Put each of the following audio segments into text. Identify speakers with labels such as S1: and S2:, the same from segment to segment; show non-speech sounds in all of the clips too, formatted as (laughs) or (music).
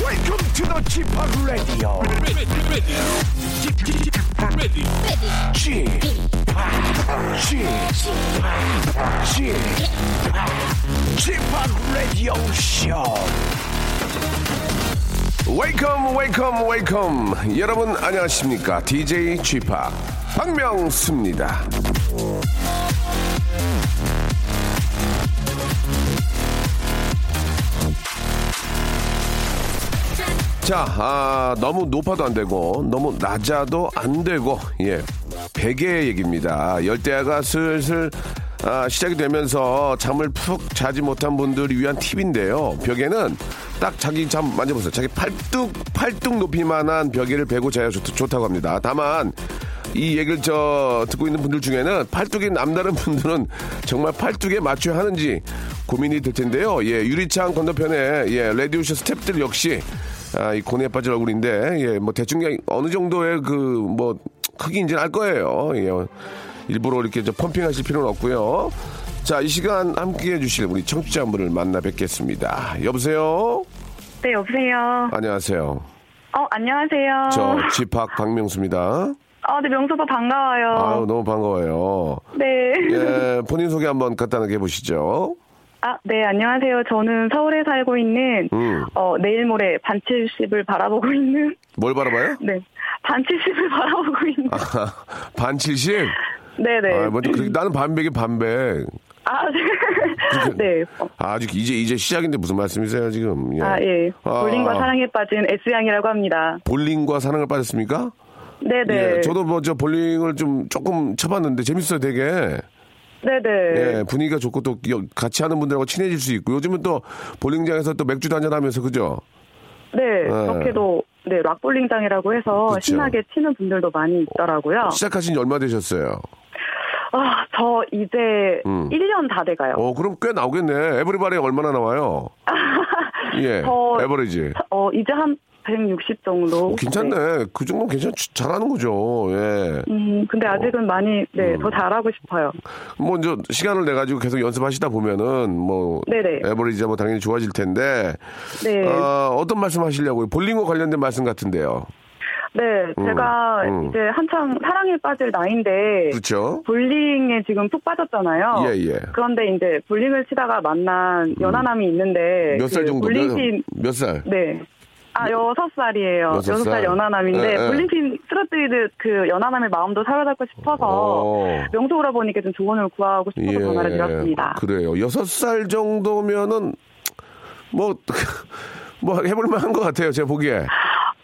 S1: Welcome to the g p o Radio.
S2: ready, ready, ready, ready.
S1: g p o p G p o p Radio Show.
S3: 웨이컴 웨이컴 웨이컴 여러분 안녕하십니까 DJ g p o p 박명수입니다 자, 아, 너무 높아도 안 되고, 너무 낮아도 안 되고, 예. 베개 얘기입니다. 열대야가 슬슬 아, 시작이 되면서 잠을 푹 자지 못한 분들을 위한 팁인데요. 벽에는 딱 자기 잠 만져보세요. 자기 팔뚝, 팔뚝 높이만한 벽에를 베고 자야 좋, 좋다고 합니다. 다만, 이 얘기를 저 듣고 있는 분들 중에는 팔뚝이 남다른 분들은 정말 팔뚝에 맞춰야 하는지 고민이 될 텐데요. 예, 유리창 건너편에 예, 레디오쇼 스탭들 역시 아, 이 고뇌에 빠질 얼굴인데 예, 뭐 대충 그냥 어느 정도의 그 뭐 크기인지는 알 거예요. 예, 일부러 이렇게 저 펌핑하실 필요는 없고요. 자, 이 시간 함께해 주실 우리 청취자분을 만나 뵙겠습니다. 여보세요.
S4: 네, 여보세요.
S3: 안녕하세요.
S4: 어, 안녕하세요.
S3: 저 집학 박명수입니다.
S4: 아, 네, 명수 오빠 반가워요.
S3: 아우 너무 반가워요.
S4: 네.
S3: 예, 본인 소개 한번 간단하게 해보시죠.
S4: 아, 네, 안녕하세요. 저는 서울에 살고 있는,
S3: 음.
S4: 어, 내일 모레 반칠십을 바라보고 있는,
S3: 뭘 바라봐요? 아,
S4: 네, 반칠십을 (laughs) 바라보고 있는,
S3: (laughs) 반 70?
S4: 네네.
S3: 아, 먼저 그렇게- 나는 반백이 반백.
S4: 아, 네. 네. 어,
S3: 아직 이제 이제 시작인데 무슨 말씀이세요 지금?
S4: 아, 예. 볼링과 사랑에 빠진 S양이라고 합니다.
S3: 볼링과 사랑을 빠졌습니까?
S4: 네네.
S3: 예, 저도 뭐 저 볼링을 좀 조금 쳐봤는데 재밌어요 되게.
S4: 네네.
S3: 예, 분위기가 좋고 또 여- 같이 하는 분들하고 친해질 수 있고 요즘은 또 볼링장에서 또 맥주도 한잔 하면서 그죠?
S4: 네, 그렇게도, 네, 락볼링장이라고 해서
S3: 예. 그쵸.
S4: 신나게 치는 분들도 많이 있더라고요.
S3: 시작하신 지 얼마 되셨어요?
S4: 아, 저 이제
S3: 음.
S4: 1년 다 돼가요.
S3: 어, 그럼 꽤 나오겠네. 에버리바리 얼마나
S4: (laughs)
S3: 나와요? 예,
S4: 저-
S3: 에버리지.
S4: 어, 이제 한 160 정도.
S3: 어, 괜찮네.
S4: 네.
S3: 그 정도면 괜찮, 잘하는 거죠. 예.
S4: 음, 근데 아직은 많이,
S3: 음.
S4: 네, 더 잘하고 싶어요.
S3: 뭐, 이제 시간을 내가지고 계속 연습하시다 보면은, 뭐,
S4: 네네.
S3: 에버리지 뭐 당연히 좋아질 텐데,
S4: 네.
S3: 아, 어떤 말씀 하시려고요? 볼링과 관련된 말씀 같은데요.
S4: 네, 제가
S3: 음.
S4: 이제 한창 사랑에 빠질 나이인데,
S3: 그렇죠?
S4: 볼링에 지금 푹 빠졌잖아요.
S3: 예, 예.
S4: 그런데 이제 볼링을 치다가 만난 연하남이 있는데,
S3: 몇 살
S4: 그
S3: 정도? 몇,
S4: 볼링팀,
S3: 몇 살?
S4: 네. 아, 여섯 살이에요.
S3: 여섯
S4: 여섯
S3: 살.
S4: 살 연하남인데,
S3: 예, 예.
S4: 볼링팀 쓰러뜨리듯 그 연하남의 마음도 사로잡고 싶어서,
S3: 오.
S4: 명수 오라버니께 좀 조언을 구하고 싶어서 전화를 드렸습니다.
S3: 예, 그래요. 여섯 살 정도면은, 뭐, (laughs) 뭐, 해볼만 한 것 같아요. 제가 보기에.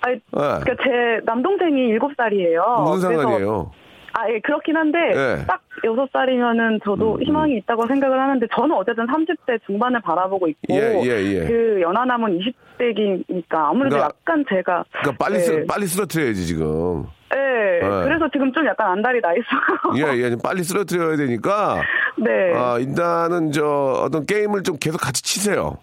S4: 아니,
S3: 예.
S4: 그러니까 제 남동생이 7살이에요.
S3: 무슨 상관이에요?
S4: 아, 예, 그렇긴 한데,
S3: 예.
S4: 딱 6살이면은 저도
S3: 음,
S4: 희망이 있다고 생각을 하는데, 저는 어쨌든 30대 중반을 바라보고 있고,
S3: 예, 예, 예.
S4: 그 연하남은 20대기니까, 아무래도
S3: 그러니까-
S4: 약간 제가.
S3: 그러니까 빨리 쓰,
S4: 예,
S3: 빨리 쓰러뜨려야지 지금.
S4: 예,
S3: 예.
S4: 그래서 지금 좀 약간 안달이 나 있어요. (laughs)
S3: 예, 예, 좀 빨리 쓰러뜨려야 되니까.
S4: 네.
S3: 아, 일단은 저 어떤 게임을 좀 계속 같이 치세요.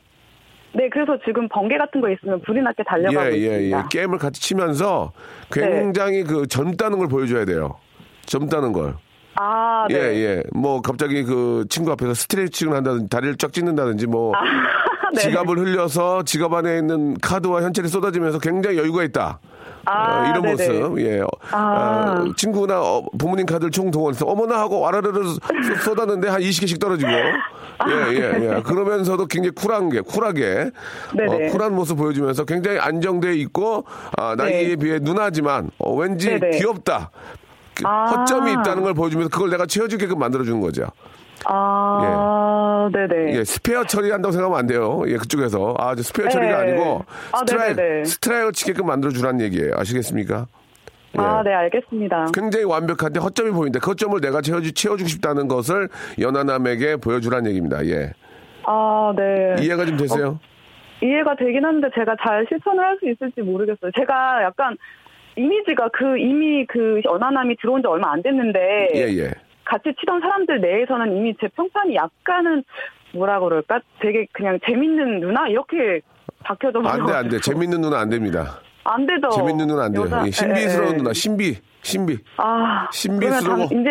S4: 네, 그래서 지금 번개 같은 거 있으면 불이 났게 달려가고
S3: 예, 예, 예.
S4: 있습니다.
S3: 게임을 같이 치면서 굉장히 그 젊다는 걸 보여줘야 돼요. 젊다는 걸.
S4: 아, 네.
S3: 예, 예. 뭐 갑자기 그 친구 앞에서 스트레칭을 한다든지 다리를 쫙 찢는다든지 뭐
S4: (laughs) 네.
S3: 지갑을 흘려서 지갑 안에 있는 카드와 현찰이 쏟아지면서 굉장히 여유가 있다.
S4: 아,
S3: 어, 이런
S4: 네네.
S3: 모습, 예. 어,
S4: 아.
S3: 어, 친구나 어, 부모님 카드를 총동원해서 어머나 하고 와라르르 쏟- 쏟았는데 한 20개씩 떨어지고.
S4: 아.
S3: 예, 예, 예. 그러면서도 굉장히 쿨한 게, 쿨하게.
S4: 네네.
S3: 어, 쿨한 모습 보여주면서 굉장히 안정돼 있고, 아, 나이에
S4: 네.
S3: 비해 누나지만, 어, 왠지
S4: 네네.
S3: 귀엽다. 그
S4: 아.
S3: 허점이 있다는 걸 보여주면서 그걸 내가 채워주게끔 만들어주는 거죠.
S4: 아, 네네.
S3: 예, 스페어 처리한다고 생각하면 안 돼요. 예, 그쪽에서. 아, 저 스페어 처리가
S4: 네.
S3: 아니고
S4: 아,
S3: 스트라이크,
S4: 네네네.
S3: 스트라이크 치게끔 만들어주라는 얘기예요. 아시겠습니까? 예.
S4: 아, 네, 알겠습니다.
S3: 굉장히 완벽한데 허점이 보이는데 그 허점을 내가 채워주, 채워주고 싶다는 것을 연하남에게 보여주라는 얘기입니다. 예.
S4: 아, 네.
S3: 이해가 좀 되세요?
S4: 이해가 되긴 한데 제가 잘 실천을 할 수 있을지 모르겠어요. 제가 약간 이미지가 그 이미 그 연하남이 들어온 지 얼마 안 됐는데
S3: 예, 예.
S4: 같이 치던 사람들 내에서는 이미 제 평판이 약간은 뭐라 그럴까 되게 그냥 재밌는 누나 이렇게 박혀져
S3: 안 돼, 안 돼. 재밌는 누나 안 됩니다.
S4: 안 되죠.
S3: 재밌는 누나 안 돼요.
S4: 어, 여자-
S3: 예, 신비스러운
S4: 예, 예.
S3: 누나, 신비, 신비.
S4: 아,
S3: 신비스러워.
S4: 그러면 당- 이제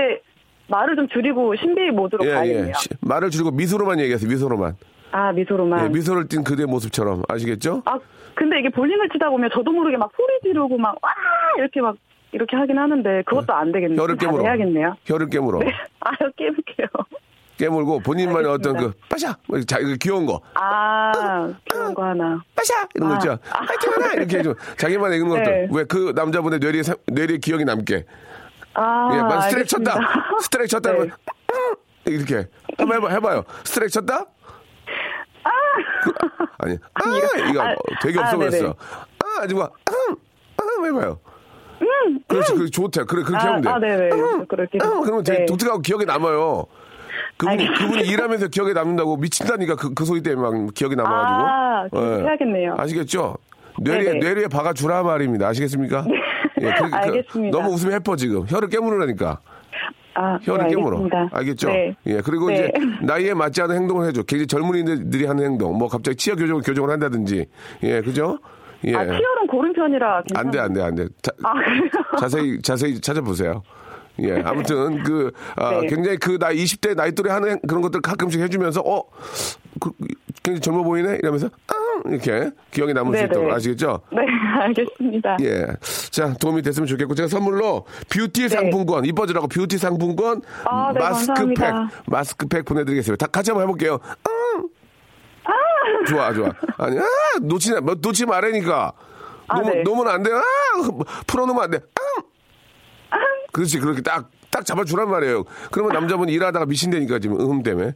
S4: 말을 좀 줄이고 신비 모드로
S3: 예, 예.
S4: 가야겠네요.
S3: 시- 말을 줄이고 미소로만 얘기하세요, 미소로만.
S4: 아, 미소로만.
S3: 예, 미소를 띤 그대 모습처럼 아시겠죠?
S4: 아, 근데 이게 볼링을 치다 보면 저도 모르게 막 소리 지르고 막, 와! 이렇게 막, 이렇게 하긴 하는데, 그것도 안 되겠네요.
S3: 혀를
S4: 잘
S3: 깨물어.
S4: 해야겠네요. (laughs)
S3: 혀를 깨물어.
S4: 네. 아유, 깨울게요.
S3: 깨물고 본인만의 어떤 그
S4: 알겠습니다.
S3: 빠샤 뭐 자, 이거 귀여운 거
S4: 아, 그런 거 하나.
S3: 빠샤 이런 거
S4: 아.
S3: 있죠. 파이팅 하나 이렇게 좀 자기만의 그런
S4: 네.
S3: 것들 왜 그 남자분의 뇌리에 사- 뇌리에 기억이 남게
S4: 아,
S3: 예, 만 스트레이
S4: 알겠습니다.
S3: 쳤다 스트레이 쳤다
S4: 네.
S3: 그러면 음! 이렇게 한번 해봐 해봐요 스트레이 쳤다 그, 아니 아 이거
S4: 아,
S3: 되게 없어
S4: 아, 네네.
S3: 보였어 아 아주 막 음, 음, 해봐요 그렇지 그 좋대 그래 그렇게
S4: 음! 아,
S3: 하면 돼
S4: 아, 네네. 그렇게.
S3: 음, 그러면 되게
S4: 네.
S3: 독특하고 기억에 남아요 그분이
S4: 알겠습니다.
S3: 그분이 일하면서 기억에 남는다고 미친다니까 그, 그 소리 때문에 막 기억에 남아가지고 예.
S4: 아, 그렇게 해야겠네요.
S3: 아시겠죠 뇌리에
S4: 네네. 네.
S3: 뇌리에 박아주라 말입니다 아시겠습니까 그-
S4: (laughs) 알겠습니다.
S3: 너무 웃으면 해퍼 지금 혀를 깨물으라니까
S4: 아,
S3: 혀를
S4: 네,
S3: 깨물어.
S4: 알겠습니다.
S3: 알겠죠?
S4: 네.
S3: 예. 그리고
S4: 네. (laughs)
S3: 이제 나이에 맞지 않은 행동을 해줘. 굉장히 젊은이들이 하는 행동. 뭐 갑자기 치아 교정을 교정을 한다든지. 예, 그죠? 예.
S4: 아, 치열은 고른 편이라.
S3: 안 돼, 안 돼, 안 돼. 자,
S4: 아,
S3: (laughs)
S4: (laughs) 그래요?
S3: 자세히 자세히 찾아보세요. 예, 아무튼 그 아,
S4: 네.
S3: 굉장히 그 나이 20대 나이 또래 하는 그런 것들 가끔씩 해주면서 어, 그, 굉장히 젊어 보이네 이러면서 앙! 이렇게 기억에 남을 수
S4: 네네.
S3: 있도록 아시겠죠?
S4: 네, (laughs) 알겠습니다.
S3: 예. 자, 도움이 됐으면 좋겠고, 제가 선물로 뷰티 상품권, 이뻐지라고 뷰티 상품권,
S4: 네. 아, 네,
S3: 마스크팩,
S4: 감사합니다.
S3: 마스크팩 보내드리겠습니다. 다 같이 한번 해볼게요. 응! 좋아, 좋아. 아니, 아, 놓지, 뭐, 놓지 말라니까.
S4: 아,
S3: 놓으면,
S4: 네.
S3: 놓으면 안 돼. 아, 풀어놓으면 안 돼. 응!
S4: 아!
S3: 그렇지, 그렇게 딱, 딱 잡아주란 말이에요. 그러면 남자분이 일하다가 미신다니까, 지금, 음 때문에.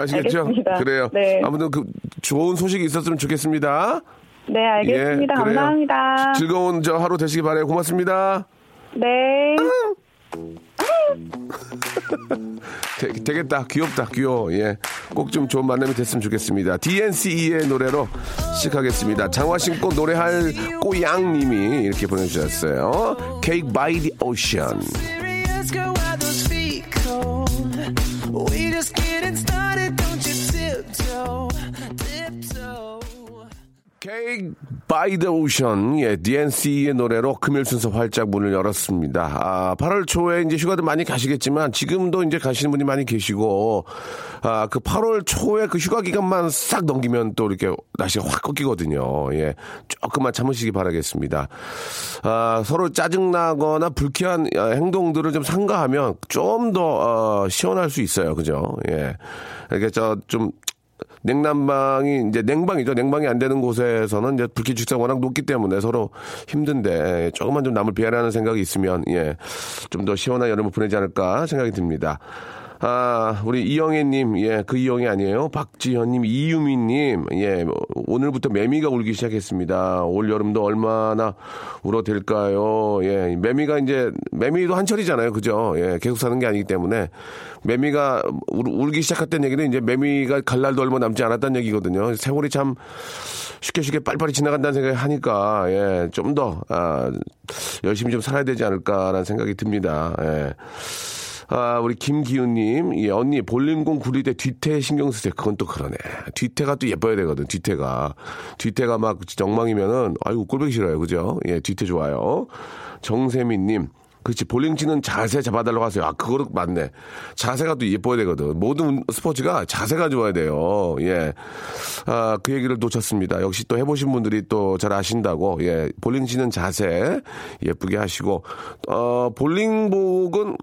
S3: 아시겠죠?
S4: 알겠습니다.
S3: 그래요.
S4: 네.
S3: 아무튼 그 좋은 소식이 있었으면 좋겠습니다.
S4: 네, 알겠습니다.
S3: 예, 그래요.
S4: 감사합니다.
S3: 즐거운 저 하루 되시기 바래요. 고맙습니다.
S4: 네.
S3: 되, 되겠다. 귀엽다. 귀여워. 예. 꼭 좀 좋은 만남이 됐으면 좋겠습니다. DNCE의 노래로 시작하겠습니다. 장화 신고 노래할 꼬양님이 이렇게 보내주셨어요. Cake by the Ocean.
S5: serious, girl, why those feet cold? We just getting started, don't you tiptoe, tiptoe.
S3: Cake by the Ocean. 예, DNCE의 노래로 금요일 순서 활짝 문을 열었습니다. 아, 8월 초에 이제 휴가도 많이 가시겠지만 지금도 이제 가시는 분이 많이 계시고 아, 그 8월 초에 그 휴가 기간만 싹 넘기면 또 이렇게 날씨가 확 꺾이거든요. 예. 조금만 참으시기 바라겠습니다. 아, 서로 짜증나거나 불쾌한 어, 행동들을 좀 상가하면 좀 더 시원할 수 있어요. 그죠? 예. 이렇게 저좀 냉난방이 이제 냉방이죠. 냉방이 안 되는 곳에서는 이제 불쾌 지수가 워낙 높기 때문에 서로 힘든데 조금만 좀 남을 배려하는 생각이 있으면 예. 좀 더 시원한 여름을 보내지 않을까 생각이 듭니다. 아, 우리 이영애님, 예, 그 이영애 아니에요. 박지현님, 이유미님, 예, 오늘부터 매미가 울기 시작했습니다. 올 여름도 얼마나 울어댈까요? 예, 매미가 이제, 매미도 한철이잖아요. 그죠? 예, 계속 사는 게 아니기 때문에. 매미가 울, 울기 시작했다는 얘기는 이제 매미가 갈 날도 얼마 남지 않았다는 얘기거든요. 세월이 참 쉽게 쉽게 빨리빨리 지나간다는 생각이 하니까, 예, 좀 더, 아, 열심히 좀 살아야 되지 않을까라는 생각이 듭니다. 예. 아, 우리 김기훈님, 예, 언니, 볼림공 구릴 때 뒤태 신경 쓰세요. 그건 또 그러네. 뒤태가 또 예뻐야 되거든, 뒤태가. 뒤태가 막 정망이면은, 아이고, 꼴보기 싫어요. 그죠? 예, 뒤태 좋아요. 정세민님, 그렇지, 볼링 치는 자세 잡아달라고 하세요. 아, 그거 맞네. 자세가 또 예뻐야 되거든. 모든 운- 스포츠가 자세가 좋아야 돼요. 예. 아, 그 얘기를 놓쳤습니다. 역시 또 해보신 분들이 또 잘 아신다고, 예. 볼링 치는 자세 예쁘게 하시고, 어, 볼링복은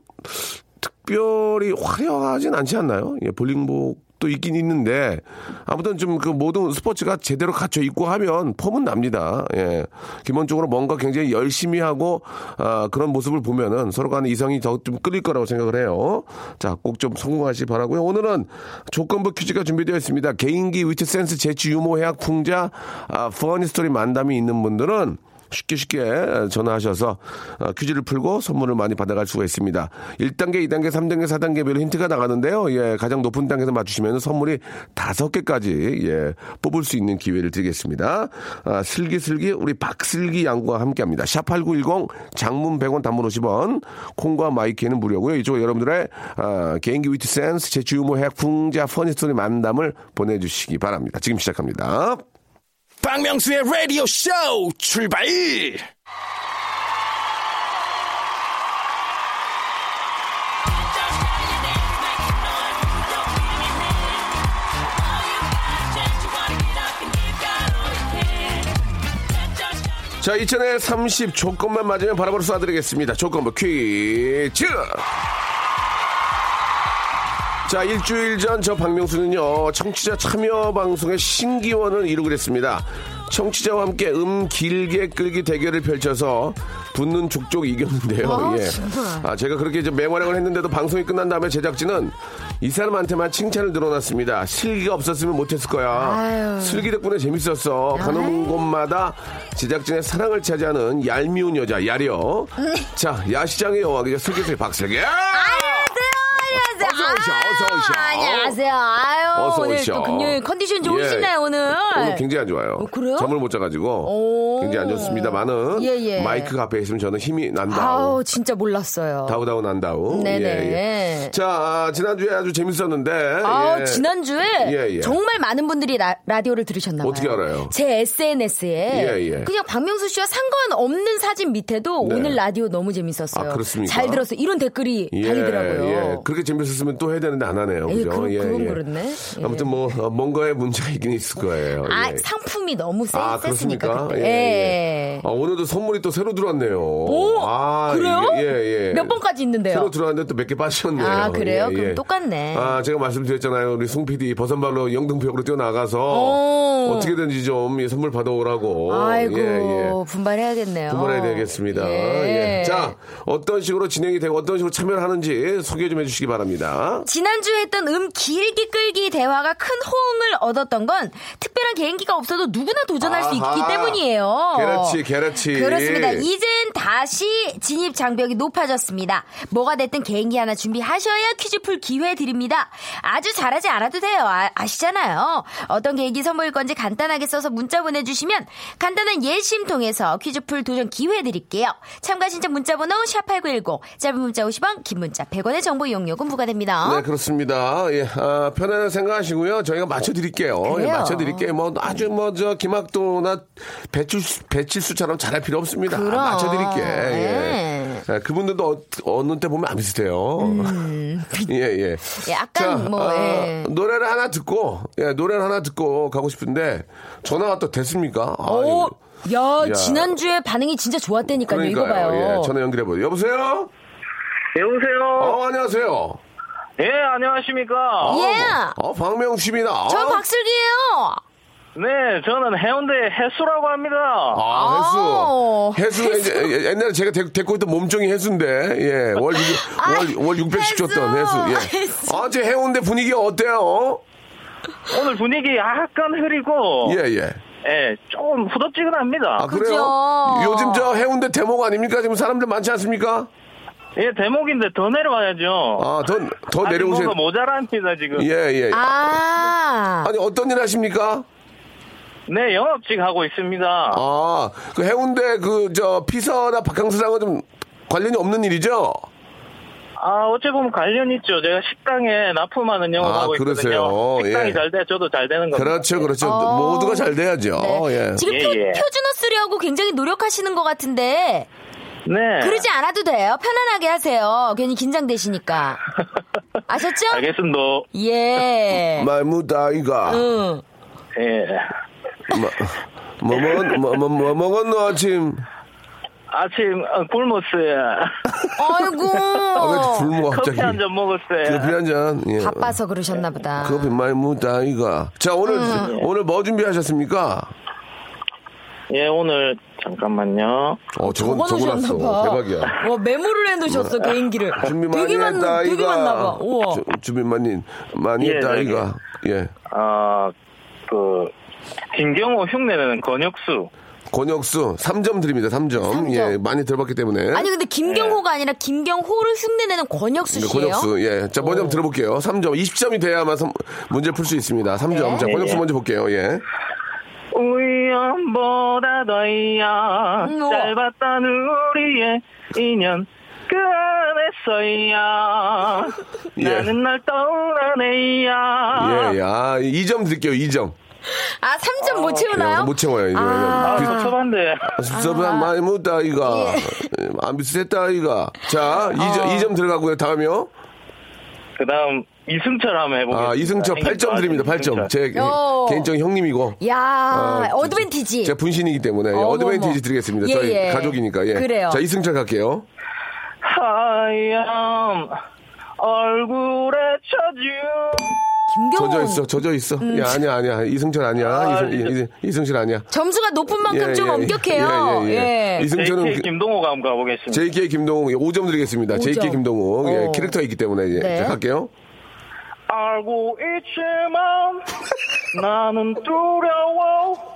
S3: 특별히 화려하진 않지 않나요? 예, 볼링복도 있긴 있는데 아무튼 좀 그 모든 스포츠가 제대로 갖춰 있고 하면 폼은 납니다. 예. 기본적으로 뭔가 굉장히 열심히 하고 아, 그런 모습을 보면은 서로 간의 이성이 더 좀 끌릴 거라고 생각을 해요. 자, 꼭 좀 성공하시 바라고요. 오늘은 조건부 퀴즈가 준비되어 있습니다. 개인기, 위트 센스, 재치, 유머, 해학, 풍자, 아, 퍼니 스토리 만담이 있는 분들은 쉽게 쉽게 전화하셔서 어, 퀴즈를 풀고 선물을 많이 받아갈 수가 있습니다. 1단계, 2단계, 3단계, 4단계별로 힌트가 나가는데요. 예, 가장 높은 단계에서 맞추시면 선물이 5개까지 예, 뽑을 수 있는 기회를 드리겠습니다. 아, 슬기슬기 우리 박슬기 양과 함께합니다. 샵8910 장문 100원 단문 50원 콩과 마이키는 무료고요. 이쪽으로 여러분들의 아, 개인기 위트 센스, 제주 유머, 해학, 풍자, 퍼니스토리 만담을 보내주시기 바랍니다. 지금 시작합니다.
S1: 박명수의 라디오 쇼 출발!
S6: Don't
S3: 자, 2000에 30 조건만 맞으면 바람으로 쏴드리겠습니다. 조건부 퀴즈! 자, 일주일 전 저 박명수는요, 청취자 참여 방송의 신기원을 이루고 그랬습니다. 청취자와 함께 음 길게 끌기 대결을 펼쳐서 붙는 족족 이겼는데요.
S6: 아,
S3: 예.
S6: 정말.
S3: 아, 제가 그렇게 이제 맹활약을 했는데도 방송이 끝난 다음에 제작진은 이 사람한테만 칭찬을 늘어놨습니다. 실기가 없었으면 못했을 거야.
S6: 아유.
S3: 슬기 덕분에 재밌었어.
S6: 아.
S3: 가는 곳마다 제작진의 사랑을 차지하는 얄미운 여자, 야려. 자, 야시장의 여왕이죠. 슬기슬기 박슬기.
S6: 안녕하세요. 아,
S3: 어서 오셔, 어서 오셔.
S6: 안녕하세요. 아유,
S3: 어서
S6: 오늘
S3: 오셔.
S6: 또 금요일 컨디션 좋으시나요,
S3: 예.
S6: 오늘?
S3: 오늘 굉장히 안 좋아요.
S6: 어, 그래요?
S3: 잠을 못 자가지고
S6: 오.
S3: 굉장히 안 좋습니다만은
S6: 예, 예.
S3: 마이크 앞에 있으면 저는 힘이 난다우.
S6: 아우, 진짜 몰랐어요.
S3: 다우다우 난다우.
S6: 네네.
S3: 예, 예. 자 아, 지난주에 아주 재밌었는데.
S6: 아,
S3: 예.
S6: 지난주에
S3: 예, 예.
S6: 정말 많은 분들이 라, 라디오를 들으셨나봐요.
S3: 어떻게 알아요?
S6: 제 SNS에
S3: 예, 예.
S6: 그냥 박명수 씨와 상관없는 사진 밑에도
S3: 네.
S6: 오늘 라디오 너무 재밌었어요.
S3: 아, 그렇습니까?
S6: 잘 들었어요. 이런 댓글이
S3: 예,
S6: 달리더라고요.
S3: 예. 그렇게 재밌었으면 또 해야 되는데 안 하네요.
S6: 예,
S3: 그죠?
S6: 그럼-
S3: 예,
S6: 그건
S3: 예.
S6: 그렇네. 예.
S3: 아무튼 뭐, 어, 뭔가의 문제가 있긴 있을 거예요.
S6: 아,
S3: 예.
S6: 상품이 너무 세,
S3: 아,
S6: 셌으니까
S3: 그렇습니까?
S6: 그때.
S3: 예, 예. 아, 오늘도 선물이 또 새로 들어왔네요.
S6: 오,
S3: 아,
S6: 그래요?
S3: 이게- 예, 예.
S6: 몇 번까지 있는데요?
S3: 새로 들어왔는데 또 몇 개 빠졌네요. 예,
S6: 아, 그래요? 그럼 똑같네.
S3: 아, 제가 말씀드렸잖아요. 우리 송 PD 버선발로 영등포역으로 뛰어나가서
S6: 오.
S3: 어떻게든지 좀이 선물 받아오라고.
S6: 아이고
S3: 예, 예.
S6: 분발해야겠네요.
S3: 분발해야 되겠습니다.
S6: 예.
S3: 예. 자, 어떤 식으로 진행이 되고 어떤 식으로 참여를 하는지 소개 좀 해주시기 바랍니다.
S6: 지난주에 했던 음 길기 끌기 대화가 큰 호응을 얻었던 건 특별한 개인기가 없어도 누구나 도전할 수 있기
S3: 아하.
S6: 때문이에요.
S3: 게라치, 게라치.
S6: 그렇습니다. 이젠 다시 진입 장벽이 높아졌습니다. 뭐가 됐든 개인기 하나 준비하셔야 퀴즈 풀 기회 드립니다. 아주 잘하지 않아도 돼요. 아, 시잖아요 어떤 개인기 선보일 건지 간단하게 써서 문자 보내주시면 간단한 예심 통해서 퀴즈 풀 도전 기회 드릴게요. 참가 신청 문자 번호 샵8910 짧은 문자 50원 긴 문자 100원의 정보 이용료금 부과됩니다.
S3: 네, 그렇습니다. 예, 아, 편안하게 생각하시고요. 저희가 맞춰드릴게요. 예,
S6: 그래요?
S3: 맞춰드릴게요. 뭐, 아주 뭐, 저, 김학도나 배칠수, 배칠수처럼 잘할 필요 없습니다.
S6: 그럼.
S3: 맞춰드릴게.
S6: 네.
S3: 예. 아, 그분들도 어, 느때 보면 안 비슷해요. (laughs) 예, 예.
S6: 음. 약간 뭐, 예.
S3: 노래를 하나 듣고, 예, 노래를 하나 듣고 가고 싶은데, 전화가 또 됐습니까? 아,
S6: 오,
S3: 이거-
S6: 어, 야,
S3: 야.
S6: 지난주에 반응이 진짜 좋았다니까요. 이거
S3: 그러니까요.
S6: 봐요.
S3: 예, 전화 연결해보세요. 여보세요?
S7: 여보세요.
S3: 어, 안녕하세요.
S7: 예, 안녕하십니까.
S3: 어,
S6: 예.
S3: 어, 박명수입니다. 어?
S6: 저 박슬기예요.
S7: 네, 저는 해운대 해수라고 합니다.
S3: 아,
S6: 아오.
S3: 해수. 해수, 이제 옛날에 제가 데- 데리고 있던 몸종이 해수인데, 예, 월, 육,
S6: 아,
S3: 월, 월 600씩
S6: 해수.
S3: 줬던 해수, 예.
S6: 해수.
S3: 아, 제 해운대 분위기 어때요?
S7: 오늘 분위기 약간 흐리고,
S3: 예,
S7: 예,
S3: 예.
S7: 조금 후덥지근합니다.
S3: 아, 그래요?
S6: 그죠.
S3: 요즘 저 해운대 대목 아닙니까? 지금 사람들 많지 않습니까?
S7: 예, 대목인데 더 내려와야죠.
S3: 아, 더, 더
S7: 아직
S3: 내려오세요.
S7: 뭐가 모자랍니다, 지금.
S3: 예, 예.
S6: 아,
S3: 아니, 어떤 일 하십니까?
S7: 네, 영업직 하고 있습니다.
S3: 예. 아, 그 해운대 그, 저, 피서나 박항수랑은 좀 관련이 없는 일이죠?
S7: 아, 어찌 보면 관련 있죠. 제가 식당에 납품하는 영업
S3: 아,
S7: 하고
S3: 그러세요.
S7: 있거든요. 식당이
S3: 예.
S7: 잘 돼야 저도 잘 되는 겁니다.
S3: 그렇죠, 그렇죠.
S6: 어. 네.
S3: 모두가 잘 돼야죠. 예.
S6: 지금
S7: 예,
S6: 표,
S7: 예.
S6: 표준어 쓰려고 굉장히 노력하시는 것 같은데
S7: 네.
S6: 그러지 않아도 돼요. 편안하게 하세요. 괜히 긴장되시니까. 아셨죠?
S7: 알겠습니다.
S6: 예.
S3: 말무다이가.
S6: 응.
S7: 예.
S3: 뭐, 먹, 뭐, 뭐, 뭐 먹었노, 아침?
S7: 아침 어, 굶었어요.
S6: 아이고.
S3: 아, 왜 이렇게 굶어, (laughs) 갑자기?
S7: 커피 한 잔 먹었어요.
S3: 커피 한 잔. 예.
S6: 바빠서 그러셨나 보다.
S3: 커피 많이 묻다, 이가. 자, 오늘,
S6: 음.
S3: 오늘 뭐 준비하셨습니까?
S7: 예, 오늘 잠깐만요.
S3: 어, 저건 저거
S6: 적어놓으셨나
S3: 났어.
S6: 봐.
S3: 대박이야.
S6: 와 메모를 해놓으셨어 개인기를.
S3: 준비 많이
S6: 되게 많-
S3: 했다,
S6: 되게 많나 봐.
S3: 이가.
S6: 우와.
S3: 주- 준비 많이, 많이
S7: 예,
S3: 했다,
S7: 네,
S3: 이가. 예.
S7: 아, 그 김경호 흉내내는 권혁수.
S3: 권혁수, 3점 드립니다, 3점.
S6: 삼 점.
S3: 예, 많이 들어봤기 때문에.
S6: 아니 근데 김경호가 아니라 김경호를 흉내내는 권혁수
S3: 네,
S6: 씨예요.
S3: 권혁수, 예. 자, 먼저 한번 들어볼게요. 3점, 20점이 돼야만 선- 문제 풀 수 있습니다. 3점.
S6: 네.
S3: 자, 권혁수 먼저 볼게요, 예.
S7: 우연보다 더야
S6: 음, 우와.
S7: 짧았던 우리의 인연 그 안에서야
S6: (laughs)
S3: 예.
S7: 나는 널 떠나네야
S3: 예, 예. 아, 2점 드릴게요, 2점.
S6: 아 3점 못
S3: 예,
S6: 채우나요?
S3: 못 채워요, 이거.
S6: 아. 예.
S3: 이거.
S7: 아, 섭섭한데
S3: 섭섭한 많이 묻다, 예, 이가.
S6: 아.
S3: 안 비슷했다, 이가. 자, 2점, 이 점 들어가고요. 다음이요.
S7: 그 다음 이승철 한번 해보겠습니다.
S3: 아, 이승철 8점 드립니다. 8점. 제
S6: 오.
S3: 개인적인 형님이고.
S6: 야
S3: 아, 저-
S6: 어드밴티지.
S3: 제 분신이기 때문에 예,
S6: 어머머.
S3: 어드밴티지 드리겠습니다.
S6: 예,
S3: 저희
S6: 예.
S3: 가족이니까. 예.
S6: 그래요.
S3: 자, 이승철 갈게요.
S7: 하얀 얼굴에 쳐준
S6: 김경훈.
S3: 젖어 있어, 젖어 있어.
S6: 음.
S3: 야, 아니야, 아니야. 이승철 아니야.
S7: 아,
S3: 이승,
S7: 진짜.
S3: 이- 이- 이승철 아니야.
S6: 점수가 높은 만큼
S3: 예,
S6: 좀
S3: 예,
S6: 엄격해요.
S3: 예,
S6: 예.
S3: 예, 예. 이승철은
S7: JK
S3: 그-
S7: 김동호가 한번 가보겠습니다.
S3: JK 김동욱 예, 5점 드리겠습니다. JK
S6: 점.
S3: 김동욱 예,
S6: 어.
S3: 캐릭터이기 때문에 예.
S6: 네.
S3: 자, 갈게요.
S7: 알고 있지만 나는 두려워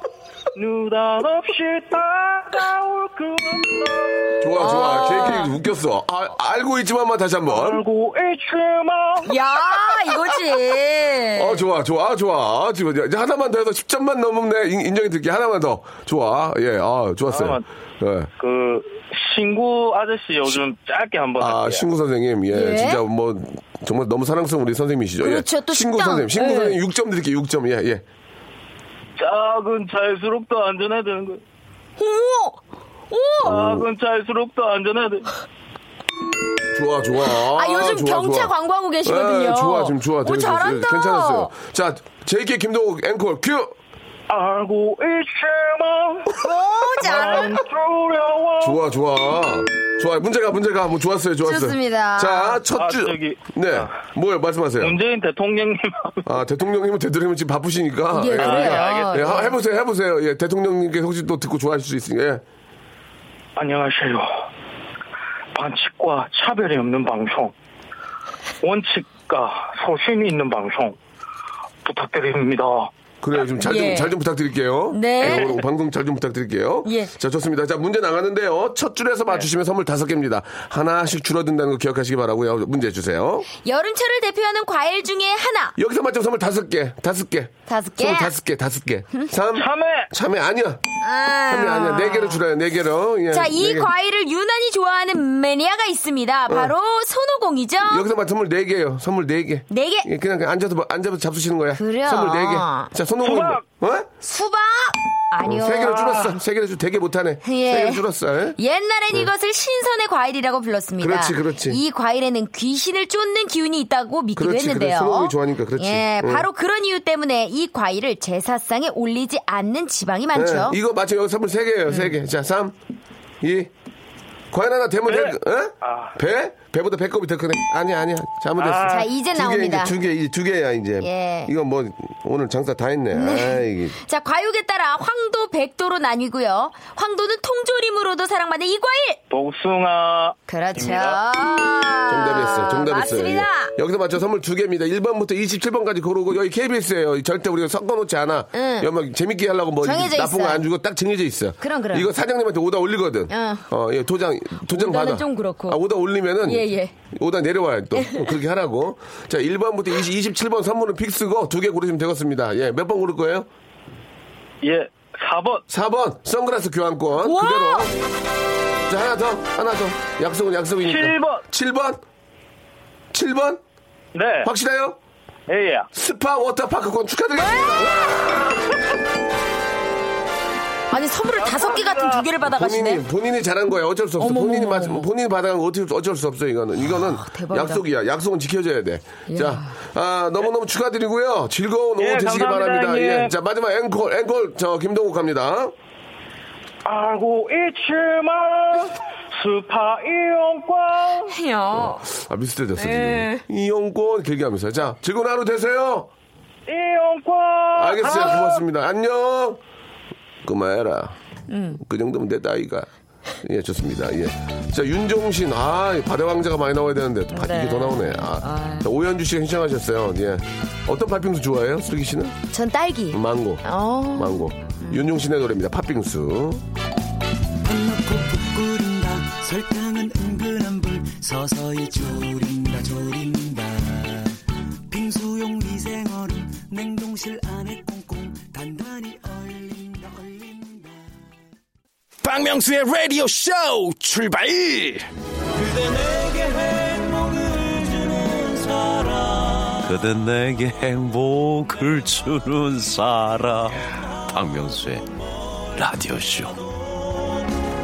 S7: 느닷없이 다가올 그날
S3: 좋아 좋아 JK 웃겼어. 아, 알고 있지만만 다시 한번.
S7: 알고 있지만
S6: 야 이거지.
S3: 어 좋아 좋아 좋아 아, 지금 이제 하나만 더 해서 10점만 넘으면 내 인- 인정해 드릴게 하나만 더 좋아 예아 좋았어요
S7: 하나만.
S3: 예.
S7: 그 신구 아저씨 요즘 짧게 한번
S3: 아
S7: 할게요.
S3: 신구 선생님 예,
S6: 예?
S3: 진짜 뭐 정말 너무 사랑스러운 우리 선생님이시죠
S6: 그렇죠,
S3: 예.
S6: 또
S3: 신구
S6: 식당.
S3: 선생님 신구
S6: 예.
S3: 선생님 6점 드릴게요 6점 예예
S7: 작은 차일수록 더 안전해야 되는 거
S6: 오. 오.
S7: 작은 차일수록 더 안전해야 돼
S3: 좋아 좋아
S6: 아, 요즘
S3: 좋아,
S6: 경차
S3: 좋아.
S6: 광고하고 계시거든요.
S3: 예, 좋아 지금 좋아
S6: 오,
S3: 되게 좋았어요.
S6: 잘한다.
S3: 괜찮았어요 자 JK 김동욱 앵콜 큐
S7: 알고 있지만
S6: 오
S7: 나는
S6: 잘한. 어?
S7: 두려워
S3: 좋아 좋아 좋아 문제가 문제가 뭐 좋았어요 좋았어요
S6: 좋습니다.
S7: 아, 음.
S3: 자첫주네
S7: 저기.
S3: 뭐요 말씀하세요
S7: 문재인 대통령님 (laughs)
S3: 아 대통령님은 되도록이면 지금 바쁘시니까
S6: 예,
S3: 예,
S6: 그래요.
S3: 그러니까.
S7: 알겠습니다.
S3: 예,
S6: 네.
S3: 하- 해보세요 해보세요 예 대통령님께서 혹시 또 듣고 좋아하실 수 있으니까 예.
S7: 안녕하세요. 반칙과 차별이 없는 방송, 원칙과 소신이 있는 방송 부탁드립니다.
S3: 그래요. 좀 잘 좀
S6: 예.
S3: 잘 좀 부탁드릴게요.
S6: 네.
S3: 예, 오늘 방송 잘 좀 부탁드릴게요.
S6: 예. 네.
S3: 자, 좋습니다. 자, 문제 나가는데요. 첫 줄에서 맞추시면 선물 다섯 개입니다. 하나씩 줄어든다는 거 기억하시기 바라고요. 문제 주세요.
S6: 여름철을 대표하는 과일 중에 하나.
S3: 여기서 맞추면 선물 다섯 개. 다섯 개.
S6: 다섯 개?
S3: 선물 다섯 개. 다섯 개. 삼.
S7: 참외
S3: 참외 아니야.
S6: 아.
S3: 참외 아니야. 네 개로 줄어요. 네 개로. 예,
S6: 자, 이
S3: 네 개.
S6: 과일을 유난히 좋아하는 매니아가 있습니다. 바로 손오공이죠.
S3: 여기서 맞 선물 네 개예요. 선물 네 개.
S6: 네 개.
S3: 예, 그냥 그냥 앉아서 앉아서 잡수시는 거야.
S6: 그래요.
S3: 선물 네 개. 자, 손오공.
S7: 수박.
S3: 어?
S6: 수박. 아니요.
S3: 세 개로 줄었어. 세 개로 줄 되게 못하네.
S6: 예.
S3: 세 개로 줄었어. 예?
S6: 옛날엔 이것을 신선의 과일이라고 불렀습니다.
S3: 그렇지, 그렇지.
S6: 이 과일에는 귀신을 쫓는 기운이 있다고 믿기도
S3: 그렇지, 그래.
S6: 했는데요.
S3: 손오공이 좋아하니까 그렇지.
S6: 예,
S3: 응.
S6: 바로 그런 이유 때문에 이 과일을 제사상에 올리지 않는 지방이 많죠.
S3: 예, 이거 맞죠? 여기 선물 세개예요세개 자, 삼, 이. 과연 하나 되면 될, 거- 예?
S7: 아.
S3: 배? 배보다 배꼽이 더 크네. 아니야, 아니야. 잘못했어.
S7: 아.
S6: 자, 이제
S3: 두 개,
S6: 나옵니다.
S3: 이제 두 개, 이제 두 개야, 이제.
S6: 예.
S3: 이건 뭐, 오늘 장사 다 했네. 아, 이게.
S6: 자, 과육에 따라 황도, 백도로 나뉘고요. 황도는 통조림으로도 사랑받는 이 과일.
S7: 복숭아
S6: 그렇죠.
S7: 입니다.
S3: 정답이었어요. 정답이었어요.
S6: 아, 맞습니다.
S3: 예. 여기서 맞춰 선물 두 개입니다. 1번부터 27번까지 고르고 여기 KBS예요. 절대 우리가 섞어놓지 않아.
S6: 응.
S3: 여기 재밌게 하려고 뭐
S6: 정해져
S3: 나쁜
S6: 있어요.
S3: 거 안 주고 딱 정해져 있어.
S6: 그럼, 그럼.
S3: 이거 사장님한테 오다 올리거든.
S6: 응.
S3: 어, 예, 도장 도장
S6: 오다는
S3: 받아.
S6: 좀 그렇고.
S3: 아, 오다 올리면은
S6: 예, 예.
S3: 오다 내려와요 또 그렇게 하라고. 자 1번부터 20, 27번 선물은 픽스고 두 개 고르시면 되겠습니다. 예, 몇 번 고를 거예요?
S7: 예 4번
S3: 4번 선글라스 교환권
S6: 우와!
S3: 그대로. 자 하나 더 하나 더 약속은 약속이니까.
S7: 7번
S3: 7번 7번
S7: 네
S3: 확실해요?
S7: 예예
S3: 스파 워터파크권 축하드리겠습니다.
S6: 아니, 선물을 다섯 개 같은 두 개를 받아가시네.
S3: 본인이 본인이 잘한 거예요. 어쩔 수 없어.
S6: 어머머머머.
S3: 본인이 맞 본인이 받아간 거 어쩔, 어쩔 수 없어 이거는. 이거는
S6: 대박이다.
S3: 약속이야. 약속은 지켜줘야 돼. 자, 아, 너무너무 축하드리고요. 즐거운 오후
S7: 예,
S3: 되시길
S7: 감사합니다,
S3: 바랍니다. 예.
S7: 예.
S3: 자, 마지막 앵콜 앵콜 저 김동욱 갑니다.
S7: 알고 있지만 스파 이용권
S6: 해요.
S3: 아, 비슷해졌어
S7: 예.
S3: 지금. 이용권 길게 하면서. 자, 즐거운 하루 되세요.
S7: 예, 이용권
S3: 알겠어요.
S7: 아,
S3: 고맙습니다. 안녕. 그만해라. 그 정도면 내 나이가. 예, 좋습니다. 예. 자, 윤종신. 아, 바다 왕자가 많이 나와야 되는데. 또 바-
S6: 네.
S3: 이게 더 나오네. 아. 자, 오현주 씨가 신청하셨어요. 예. 어떤 팥빙수 좋아해요? 슬기 씨는?
S6: 전 딸기.
S3: 망고.
S6: 어.
S3: 망고. 윤종신의 노래입니다. 팥빙수.
S5: 넣고 부끄린다 설탕은 은근한 불 서서히 졸인다 졸인다 빙수용 미생얼음 냉동실 안에 꽁꽁 단단히 얼린다 얼린다
S1: 박명수의 라디오 쇼 출발!
S8: 그대 내게 행복을 주는 사람 박명수의 라디오쇼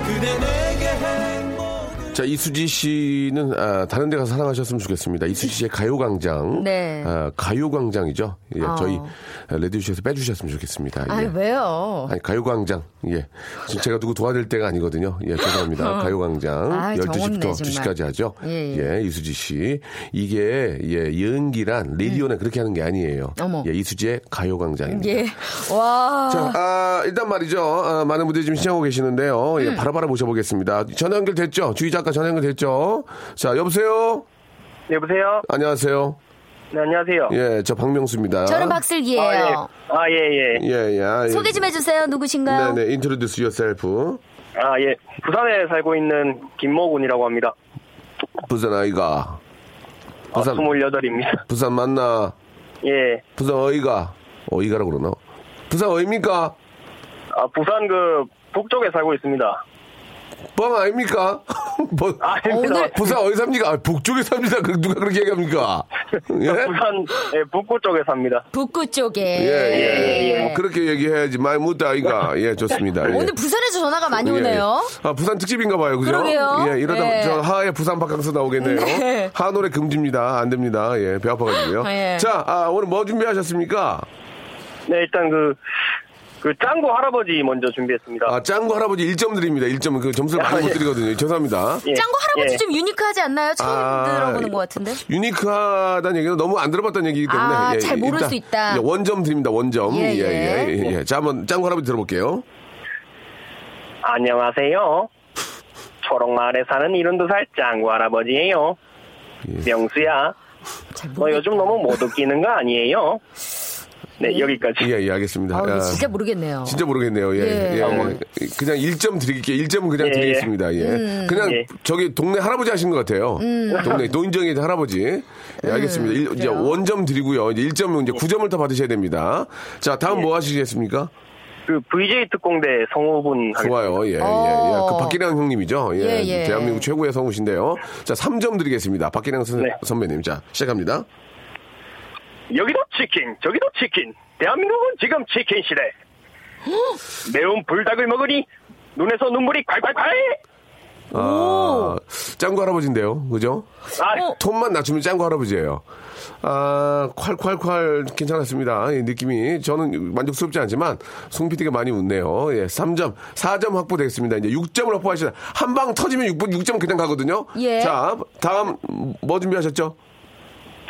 S5: 그대 내게 행복을
S3: 자, 이수지 씨는 아, 다른 데 가서 사랑하셨으면 좋겠습니다. 이수지 씨의 가요광장.
S6: 네.
S3: 아, 가요광장이죠. 예,
S6: 어.
S3: 저희 레디오쇼에서 빼주셨으면 좋겠습니다.
S6: 아니
S3: 예.
S6: 왜요?
S3: 아니, 가요광장. 예. 지금 제가 누구 도와드릴 때가 아니거든요. 예,
S6: (laughs)
S3: 죄송합니다. 가요광장.
S6: 아이,
S3: 12시부터
S6: 정없네, 정말.
S3: 2시까지 하죠.
S6: 예,
S3: 예,
S6: 예.
S3: 이수지 씨. 이게, 예, 연기란, 리디오는 그렇게 하는 게 아니에요.
S6: 음. 어머.
S3: 예, 이수지의 가요광장입니다.
S6: 예. 와.
S3: 자, 아, 일단 말이죠. 아, 많은 분들이 지금 시청하고 계시는데요.
S6: 음.
S3: 예, 바라바라 모셔보겠습니다. 전화 연결 됐죠? 주희 작가 전화 연결 됐죠? 자, 여보세요?
S7: 아, 여보세요?
S3: 안녕하세요.
S7: 네, 안녕하세요.
S3: 예, 저 박명수입니다.
S6: 저는 박슬기예요.
S7: 아, 예. 아, 예, 예.
S3: 예, 예. 아, 예.
S6: 소개 좀 해주세요. 누구신가요?
S3: 네네, 인트로듀스 요셀프.
S7: 아, 예. 부산에 살고 있는 김모군이라고 합니다.
S3: 부산 아이가.
S7: 아,
S3: 부산,
S7: 28입니다. (laughs)
S3: 부산 맞나?
S7: 예.
S3: 부산 어이가. 어이가라고 그러나? 부산 어입니까?
S7: 아, 부산 그 북쪽에 살고 있습니다.
S3: 뻥 아닙니까? (laughs) 뭐,
S7: 아, 아닙니다.
S6: 어, 오늘-
S3: 부산 어디 삽니까? 아, 북쪽에 삽니다. 그 누가 그렇게 얘기합니까? 예?
S7: (laughs) 부산 예, 북구 쪽에 삽니다.
S6: 북구 쪽에.
S3: 예, 예. 뭐 그렇게 얘기해야지. 많이 묻다, 아이가. 예, 좋습니다. 예.
S6: 오늘 부산에서 전화가 많이
S3: 예,
S6: 오네요.
S3: 예. 아, 부산 특집인가 봐요. 그죠?
S6: 그러게요.
S3: 예, 이러다
S6: 예.
S3: 저 하의 부산 바캉스 나오겠네요.
S6: 네.
S3: 하 노래 금지입니다. 안 됩니다. 예, 배 아파가지고요.
S6: 예.
S3: 자, 아, 오늘 뭐 준비하셨습니까?
S7: 네, 일단 그, 그 짱구 할아버지 먼저 준비했습니다.
S3: 아, 짱구 할아버지 1점 드립니다. 1점. 그 점수를 많이 못 드리거든요. 죄송합니다.
S7: 예.
S6: 짱구 할아버지
S7: 예.
S6: 좀 유니크하지 않나요? 처음
S3: 아,
S6: 들어보는 것 같은데.
S3: 유니크하다는 얘기는 너무 안 들어봤다는 얘기이기 때문에.
S6: 아,
S3: 예,
S6: 잘 모를
S3: 일단,
S6: 수 있다.
S3: 예, 원점 드립니다. 원점.
S6: 예,
S3: 예, 예,
S6: 예.
S3: 예, 예. 자, 한번 짱구 할아버지 들어볼게요.
S7: 안녕하세요. 초록마을에 사는 72살 짱구 할아버지예요. 명수야,
S6: 잘
S7: 너
S6: 모르.
S7: 요즘 너무 못 웃기는 거 아니에요? 네, 여기까지.
S3: 예, 예, 알겠습니다.
S6: 아,
S3: 아,
S6: 이거 진짜 모르겠네요.
S3: 진짜 모르겠네요. 예.
S6: 예.
S3: 예. 그냥 1점 드릴게요. 1점은 그냥
S7: 예,
S3: 드리겠습니다. 예.
S6: 음.
S3: 그냥
S7: 예.
S3: 저기 동네 할아버지 하신 것 같아요. 동네 노인정에 있는 할아버지. 예, 알겠습니다. 일- 이제
S6: 음. 그래요.
S3: 원점 드리고요. 이제 1점은 이제 9점을 더 받으셔야 됩니다. 자,
S7: 예.
S3: 다음 뭐 하시겠습니까?
S7: 그 VJ 특공대 성우분 하겠습니다.
S3: 좋아요. 예, 예, 예.
S6: 어.
S3: 그 박기량 형님이죠. 예.
S6: 예, 예.
S3: 대한민국 최고의 성우신데요. 자, 3점 드리겠습니다. 박기량 선,
S7: 네.
S3: 선배님. 자, 시작합니다.
S7: 여기도 치킨, 저기도 치킨. 대한민국은 지금 치킨
S6: (gasps)
S7: 시대. 매운 불닭을 먹으니 눈에서 눈물이 콸콸콸!
S3: 아, 짱구 할아버지인데요. 그죠?
S7: 아,
S6: 어.
S3: 톤만 낮추면 짱구 할아버지예요. 아, 콸콸콸 괜찮았습니다. 이 느낌이 저는 만족스럽지 않지만 송 PD가 많이 웃네요. 예, 3점, 4점 확보되겠습니다. 이제 6점을 확보하시다. 한 방 터지면 6, 6점 그냥 가거든요.
S6: 예.
S3: 자, 다음 뭐 준비하셨죠?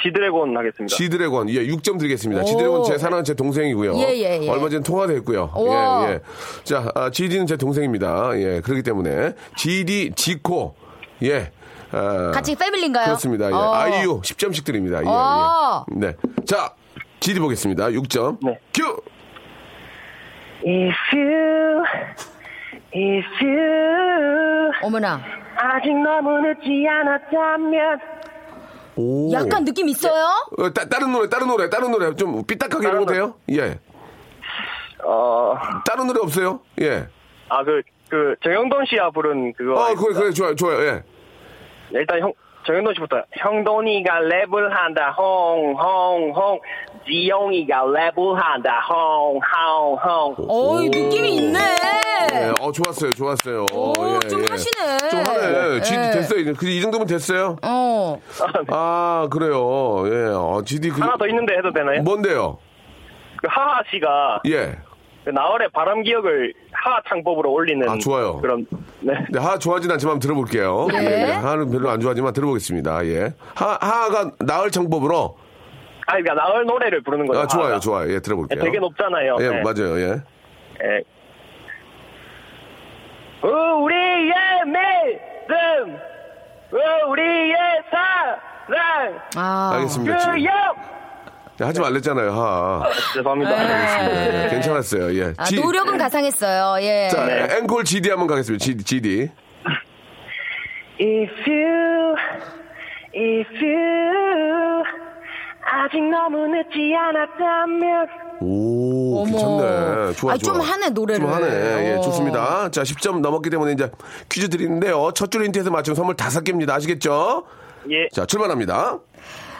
S7: 지드래곤 하겠습니다.
S3: 지드래곤. 예, 6점 드리겠습니다.
S6: 오.
S3: 지드래곤 제 사랑하는 제 동생이고요.
S6: 예, 예, 예.
S3: 얼마 전에 통화도 했고요.
S6: 우와.
S3: 예, 예. 자, 아, GD는 제 동생입니다. 예, 그렇기 때문에 GD 지코. 예. 아,
S6: 같이 패밀리인가요?
S3: 그렇습니다. 예.
S6: 어.
S3: 아이유 10점씩 드립니다. 예,
S6: 어.
S3: 예. 네. 자, 지리 보겠습니다. 6점.
S7: 네.
S3: 큐!
S4: If you, if you
S6: 어머나.
S4: 아직 너무 늦지 않았다면
S3: 오.
S6: 약간 느낌 있어요?
S3: 어, 따, 다른 노래, 다른 노래, 다른 노래. 좀 삐딱하게
S7: 다른
S3: 해도 돼요? 예.
S7: 어,
S3: 다른 노래 없어요? 예.
S7: 아, 그, 그, 정영돈 씨가 부른 그거.
S3: 어,
S7: 하겠습니다.
S3: 그래, 그래, 좋아요, 좋아요, 예.
S7: 일단 형, 정현돈 씨부터. 형돈이가 랩을 한다, 홍, 홍, 홍. 지용이가 랩을 한다, 홍, 홍, 홍.
S6: 어이 느낌이 있네.
S3: 예, 어, 좋았어요, 좋았어요.
S6: 오,
S3: 예,
S6: 좀
S3: 예.
S6: 하시네.
S3: 좀 하네. GD
S6: 예.
S3: 됐어요. 이제. 그, 이 정도면 됐어요?
S6: 어.
S3: 아, 그래요. 예, 어, GD 그.
S7: 하나 더 있는데 해도 되나요?
S3: 뭔데요?
S7: 그 하하 씨가
S3: 예.
S7: 그 나월의 바람 기억을 하하 창법으로 올리는.
S3: 아, 좋아요.
S7: 그런, 네.
S3: 네, 하 좋아하진 않지만 한번 들어볼게요.
S6: 네.
S3: 예, 예. 하는 별로 안 좋아하지만 들어보겠습니다. 예. 하, 하가 나을 창법으로.
S7: 아, 그러니까 나월 노래를 부르는 거죠.
S3: 아, 좋아요,
S7: 하하가.
S3: 좋아요. 예, 들어볼게요.
S7: 되게 높잖아요.
S3: 예,
S7: 네.
S3: 맞아요. 예.
S7: 예. 우리의 믿음, 우리의 사랑,
S6: 아.
S3: 알겠습니다. 지-
S7: 그역!
S3: 예, 하지 말랬잖아요. 하.
S7: 그렇죠. 죄송합니다.
S3: 예, 괜찮았어요. 예.
S6: 아,
S3: 지-
S6: 노력은 가상했어요. 예.
S3: 자, 앵콜 GD 한번 가겠습니다. GD. GD.
S4: If you, if you 아직 너무 늦지 않았다면
S3: 오,
S6: 어머.
S3: 괜찮네. 좋아,
S6: 아니,
S3: 좋아.
S6: 좀 하네, 노래를.
S3: 좀 하네.
S6: 어.
S3: 예, 좋습니다. 자, 10점 넘었기 때문에 이제 퀴즈 드리는데요. 첫 줄 힌트에서 맞추면 선물 다섯 개입니다. 아시겠죠?
S7: 예.
S6: 어.
S3: 자, 출발합니다.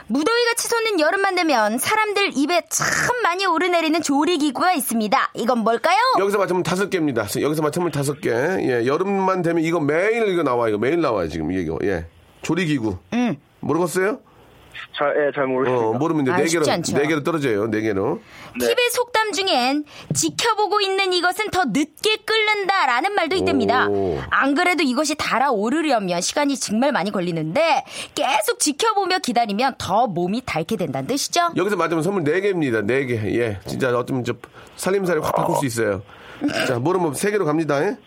S6: 무더위가 치솟는 여름만 되면 사람들 입에 참 많이 오르내리는 조리기구가 있습니다. 이건 뭘까요?
S3: 여기서 맞추면 다섯 개입니다. 여기서 맞추면 다섯 개. 예, 여름만 되면 이거 매일 이거 나와 이거 매일 나와요 지금 이게 이거. 예, 조리기구. 응. 모르겠어요?
S7: 잘, 예, 잘 모르겠습니다.
S3: 어, 모르면 이제
S6: 아,
S3: 네
S6: 쉽지
S3: 개로
S6: 않죠.
S3: 네 개로 떨어져요. 네 개로.
S6: 팁의 속담 중엔 지켜보고 있는 이것은 더 늦게 끓는다라는 말도 있답니다.
S3: 오.
S6: 안 그래도 이것이 달아오르려면 시간이 정말 많이 걸리는데 계속 지켜보며 기다리면 더 몸이 닳게 된다는 뜻이죠.
S3: 여기서 맞으면 선물 네개입니다네 개 예. 진짜 어쩌면 저 살림살이 확 바꿀 수 있어요. 자, 모르면 세개로 갑니다. 예?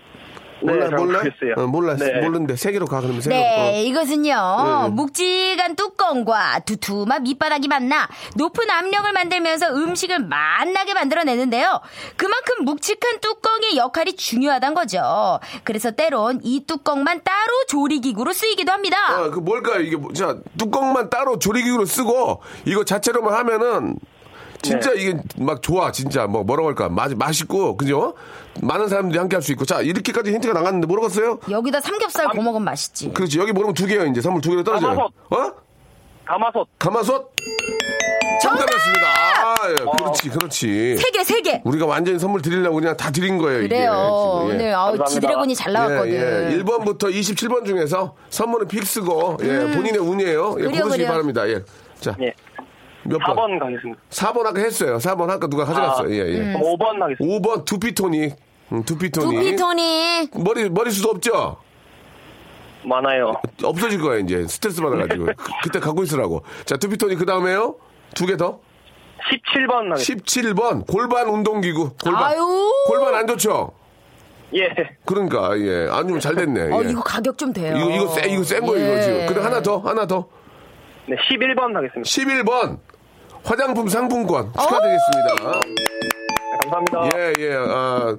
S7: 네,
S3: 몰라,
S7: 잘
S3: 몰라?
S7: 모르겠어요.
S3: 어, 몰라.
S7: 네.
S3: 모르는데 세개로가 그러면 세개로
S6: 네, 이것은요.
S3: 네.
S6: 묵직한 뚜껑과 두툼한 밑바닥이 만나 높은 압력을 만들면서 음식을 맛나게 만들어내는데요. 그만큼 묵직한 뚜껑의 역할이 중요하단 거죠. 그래서 때론 이 뚜껑만 따로 조리기구로 쓰이기도 합니다.
S3: 아, 그 뭘까요? 이게 뭐- 자, 뚜껑만 따로 조리기구로 쓰고 이거 자체로만 하면은 진짜
S7: 네.
S3: 이게 막 좋아. 진짜 뭐 뭐라고 할까? 맛 맛있고. 그죠? 많은 사람들이 함께 할 수 있고. 자, 이렇게까지 힌트가 나갔는데 모르겠어요?
S6: 여기다 삼겹살 구워 먹으면 맛있지.
S3: 그렇지. 여기 모르면 두 개예요, 이제. 선물 두 개로 떨어져요. 어?
S7: 가마솥.
S3: 가마솥? 정답이었습니다. 아, 예. 그렇지, 그렇지.
S6: 세 개, 세 개.
S3: 우리가 완전히 선물 드리려고 그냥 다 드린 거예요, 이게.
S6: 그래요.
S3: 지금, 예.
S6: 오늘 아우
S7: 감사합니다.
S6: 지드래곤이 잘 나왔거든.
S3: 예, 예. 1번부터 27번 중에서 선물은 픽스고, 예, 본인의 운이에요. 예,
S6: 음. 그래요,
S3: 고르시기
S6: 그래요.
S3: 바랍니다. 예. 자,
S7: 예.
S3: 몇 번?
S7: 4번 가겠습니다.
S3: 4번 아까 했어요. 4번 아까 누가 가져갔어요. 예, 예.
S7: 그럼 5번 가겠습니다.
S3: 5번 두피토닉. 음, 두피토닉.
S6: 음. 두피토닉.
S3: 머리, 머리수도 없죠?
S7: 많아요.
S3: 없어질 거예요, 이제. 스트레스 받아가지고.
S6: 네.
S3: 그, 때 갖고 있으라고. 자, 두피토닉 그 다음에요? 두 개 더?
S7: 17번 가겠습니다.
S3: 17번 골반 운동기구. 골반.
S6: 아유.
S3: 골반 안 좋죠?
S7: 예.
S3: 그러니까 예. 안 좋으면 잘 됐네.
S6: 어,
S3: 예.
S6: 이거 가격 좀 돼요.
S3: 이거 이거 세 이거 센 거예요, 이거 지금. 근데 하나 더, 하나 더.
S7: 네, 11번 가겠습니다.
S3: 11번. 화장품 상품권 축하드리겠습니다.
S7: 감사합니다.
S3: 예, 예. 아,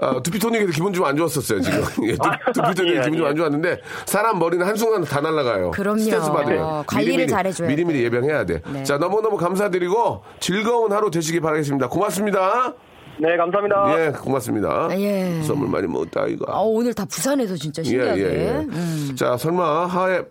S3: 아, 두피토닉에도 기분 좀 안 좋았었어요,
S6: (laughs)
S3: 지금. 예, 두, 두피토닉에
S7: 아니에요,
S3: 기분 좀 안 좋았는데, 사람 머리는 한순간 다 날아가요.
S6: 예. 그럼요. 어,
S3: 스트레스 받으면.
S6: 관리를
S3: 미리미리,
S6: 잘해줘야
S3: 미리미리 예방해야 돼.
S6: 네.
S3: 자, 너무너무 감사드리고, 즐거운 하루 되시기 바라겠습니다. 고맙습니다.
S7: 네, 감사합니다.
S3: 예, 고맙습니다.
S6: 어. 예.
S3: 선물 많이 먹었다, 이거.
S6: 어, 오늘 다 부산에서 진짜
S3: 예,
S6: 신기하게. 음.
S3: 예, 예. 자, 설마 하에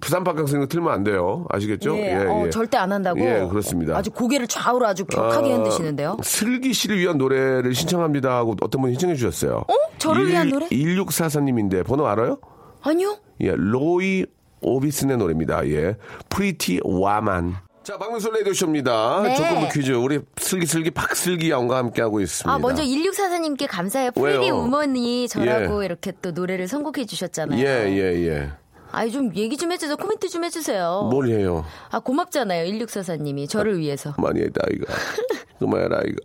S3: 부산 박강승 틀면 안 돼요. 아시겠죠?
S6: 예, 어, 절대 안 한다고.
S3: 예, 그렇습니다.
S6: 아주 고개를 좌우로 아주 격하게
S3: 아,
S6: 흔드시는데요.
S3: 슬기 씨를 위한 노래를 신청합니다 하고 어떤 분이 신청해 주셨어요.
S6: 어? 저를 위한 노래?
S3: 1644님인데 번호 알아요?
S6: 아니요?
S3: 예, 로이 오비슨의 노래입니다. 예. 프리티 와만. 자, 박명수 레디오쇼입니다.
S6: 네.
S3: 조건부 퀴즈. 우리 슬기슬기 박슬기 양과 함께하고 있습니다.
S6: 아, 먼저 1644님께 감사해요. 프리디
S3: 왜요?
S6: 우먼이 저라고
S3: 예.
S6: 이렇게 또 노래를 선곡해 주셨잖아요.
S3: 예, 예, 예.
S6: 아이, 좀 얘기 좀 해주세요. 코멘트 좀 해주세요.
S3: 뭘 해요?
S6: 아, 고맙잖아요. 1644님이. 저를 위해서.
S3: 많이 했다 이거.
S6: (laughs)
S3: 그만해라 이거.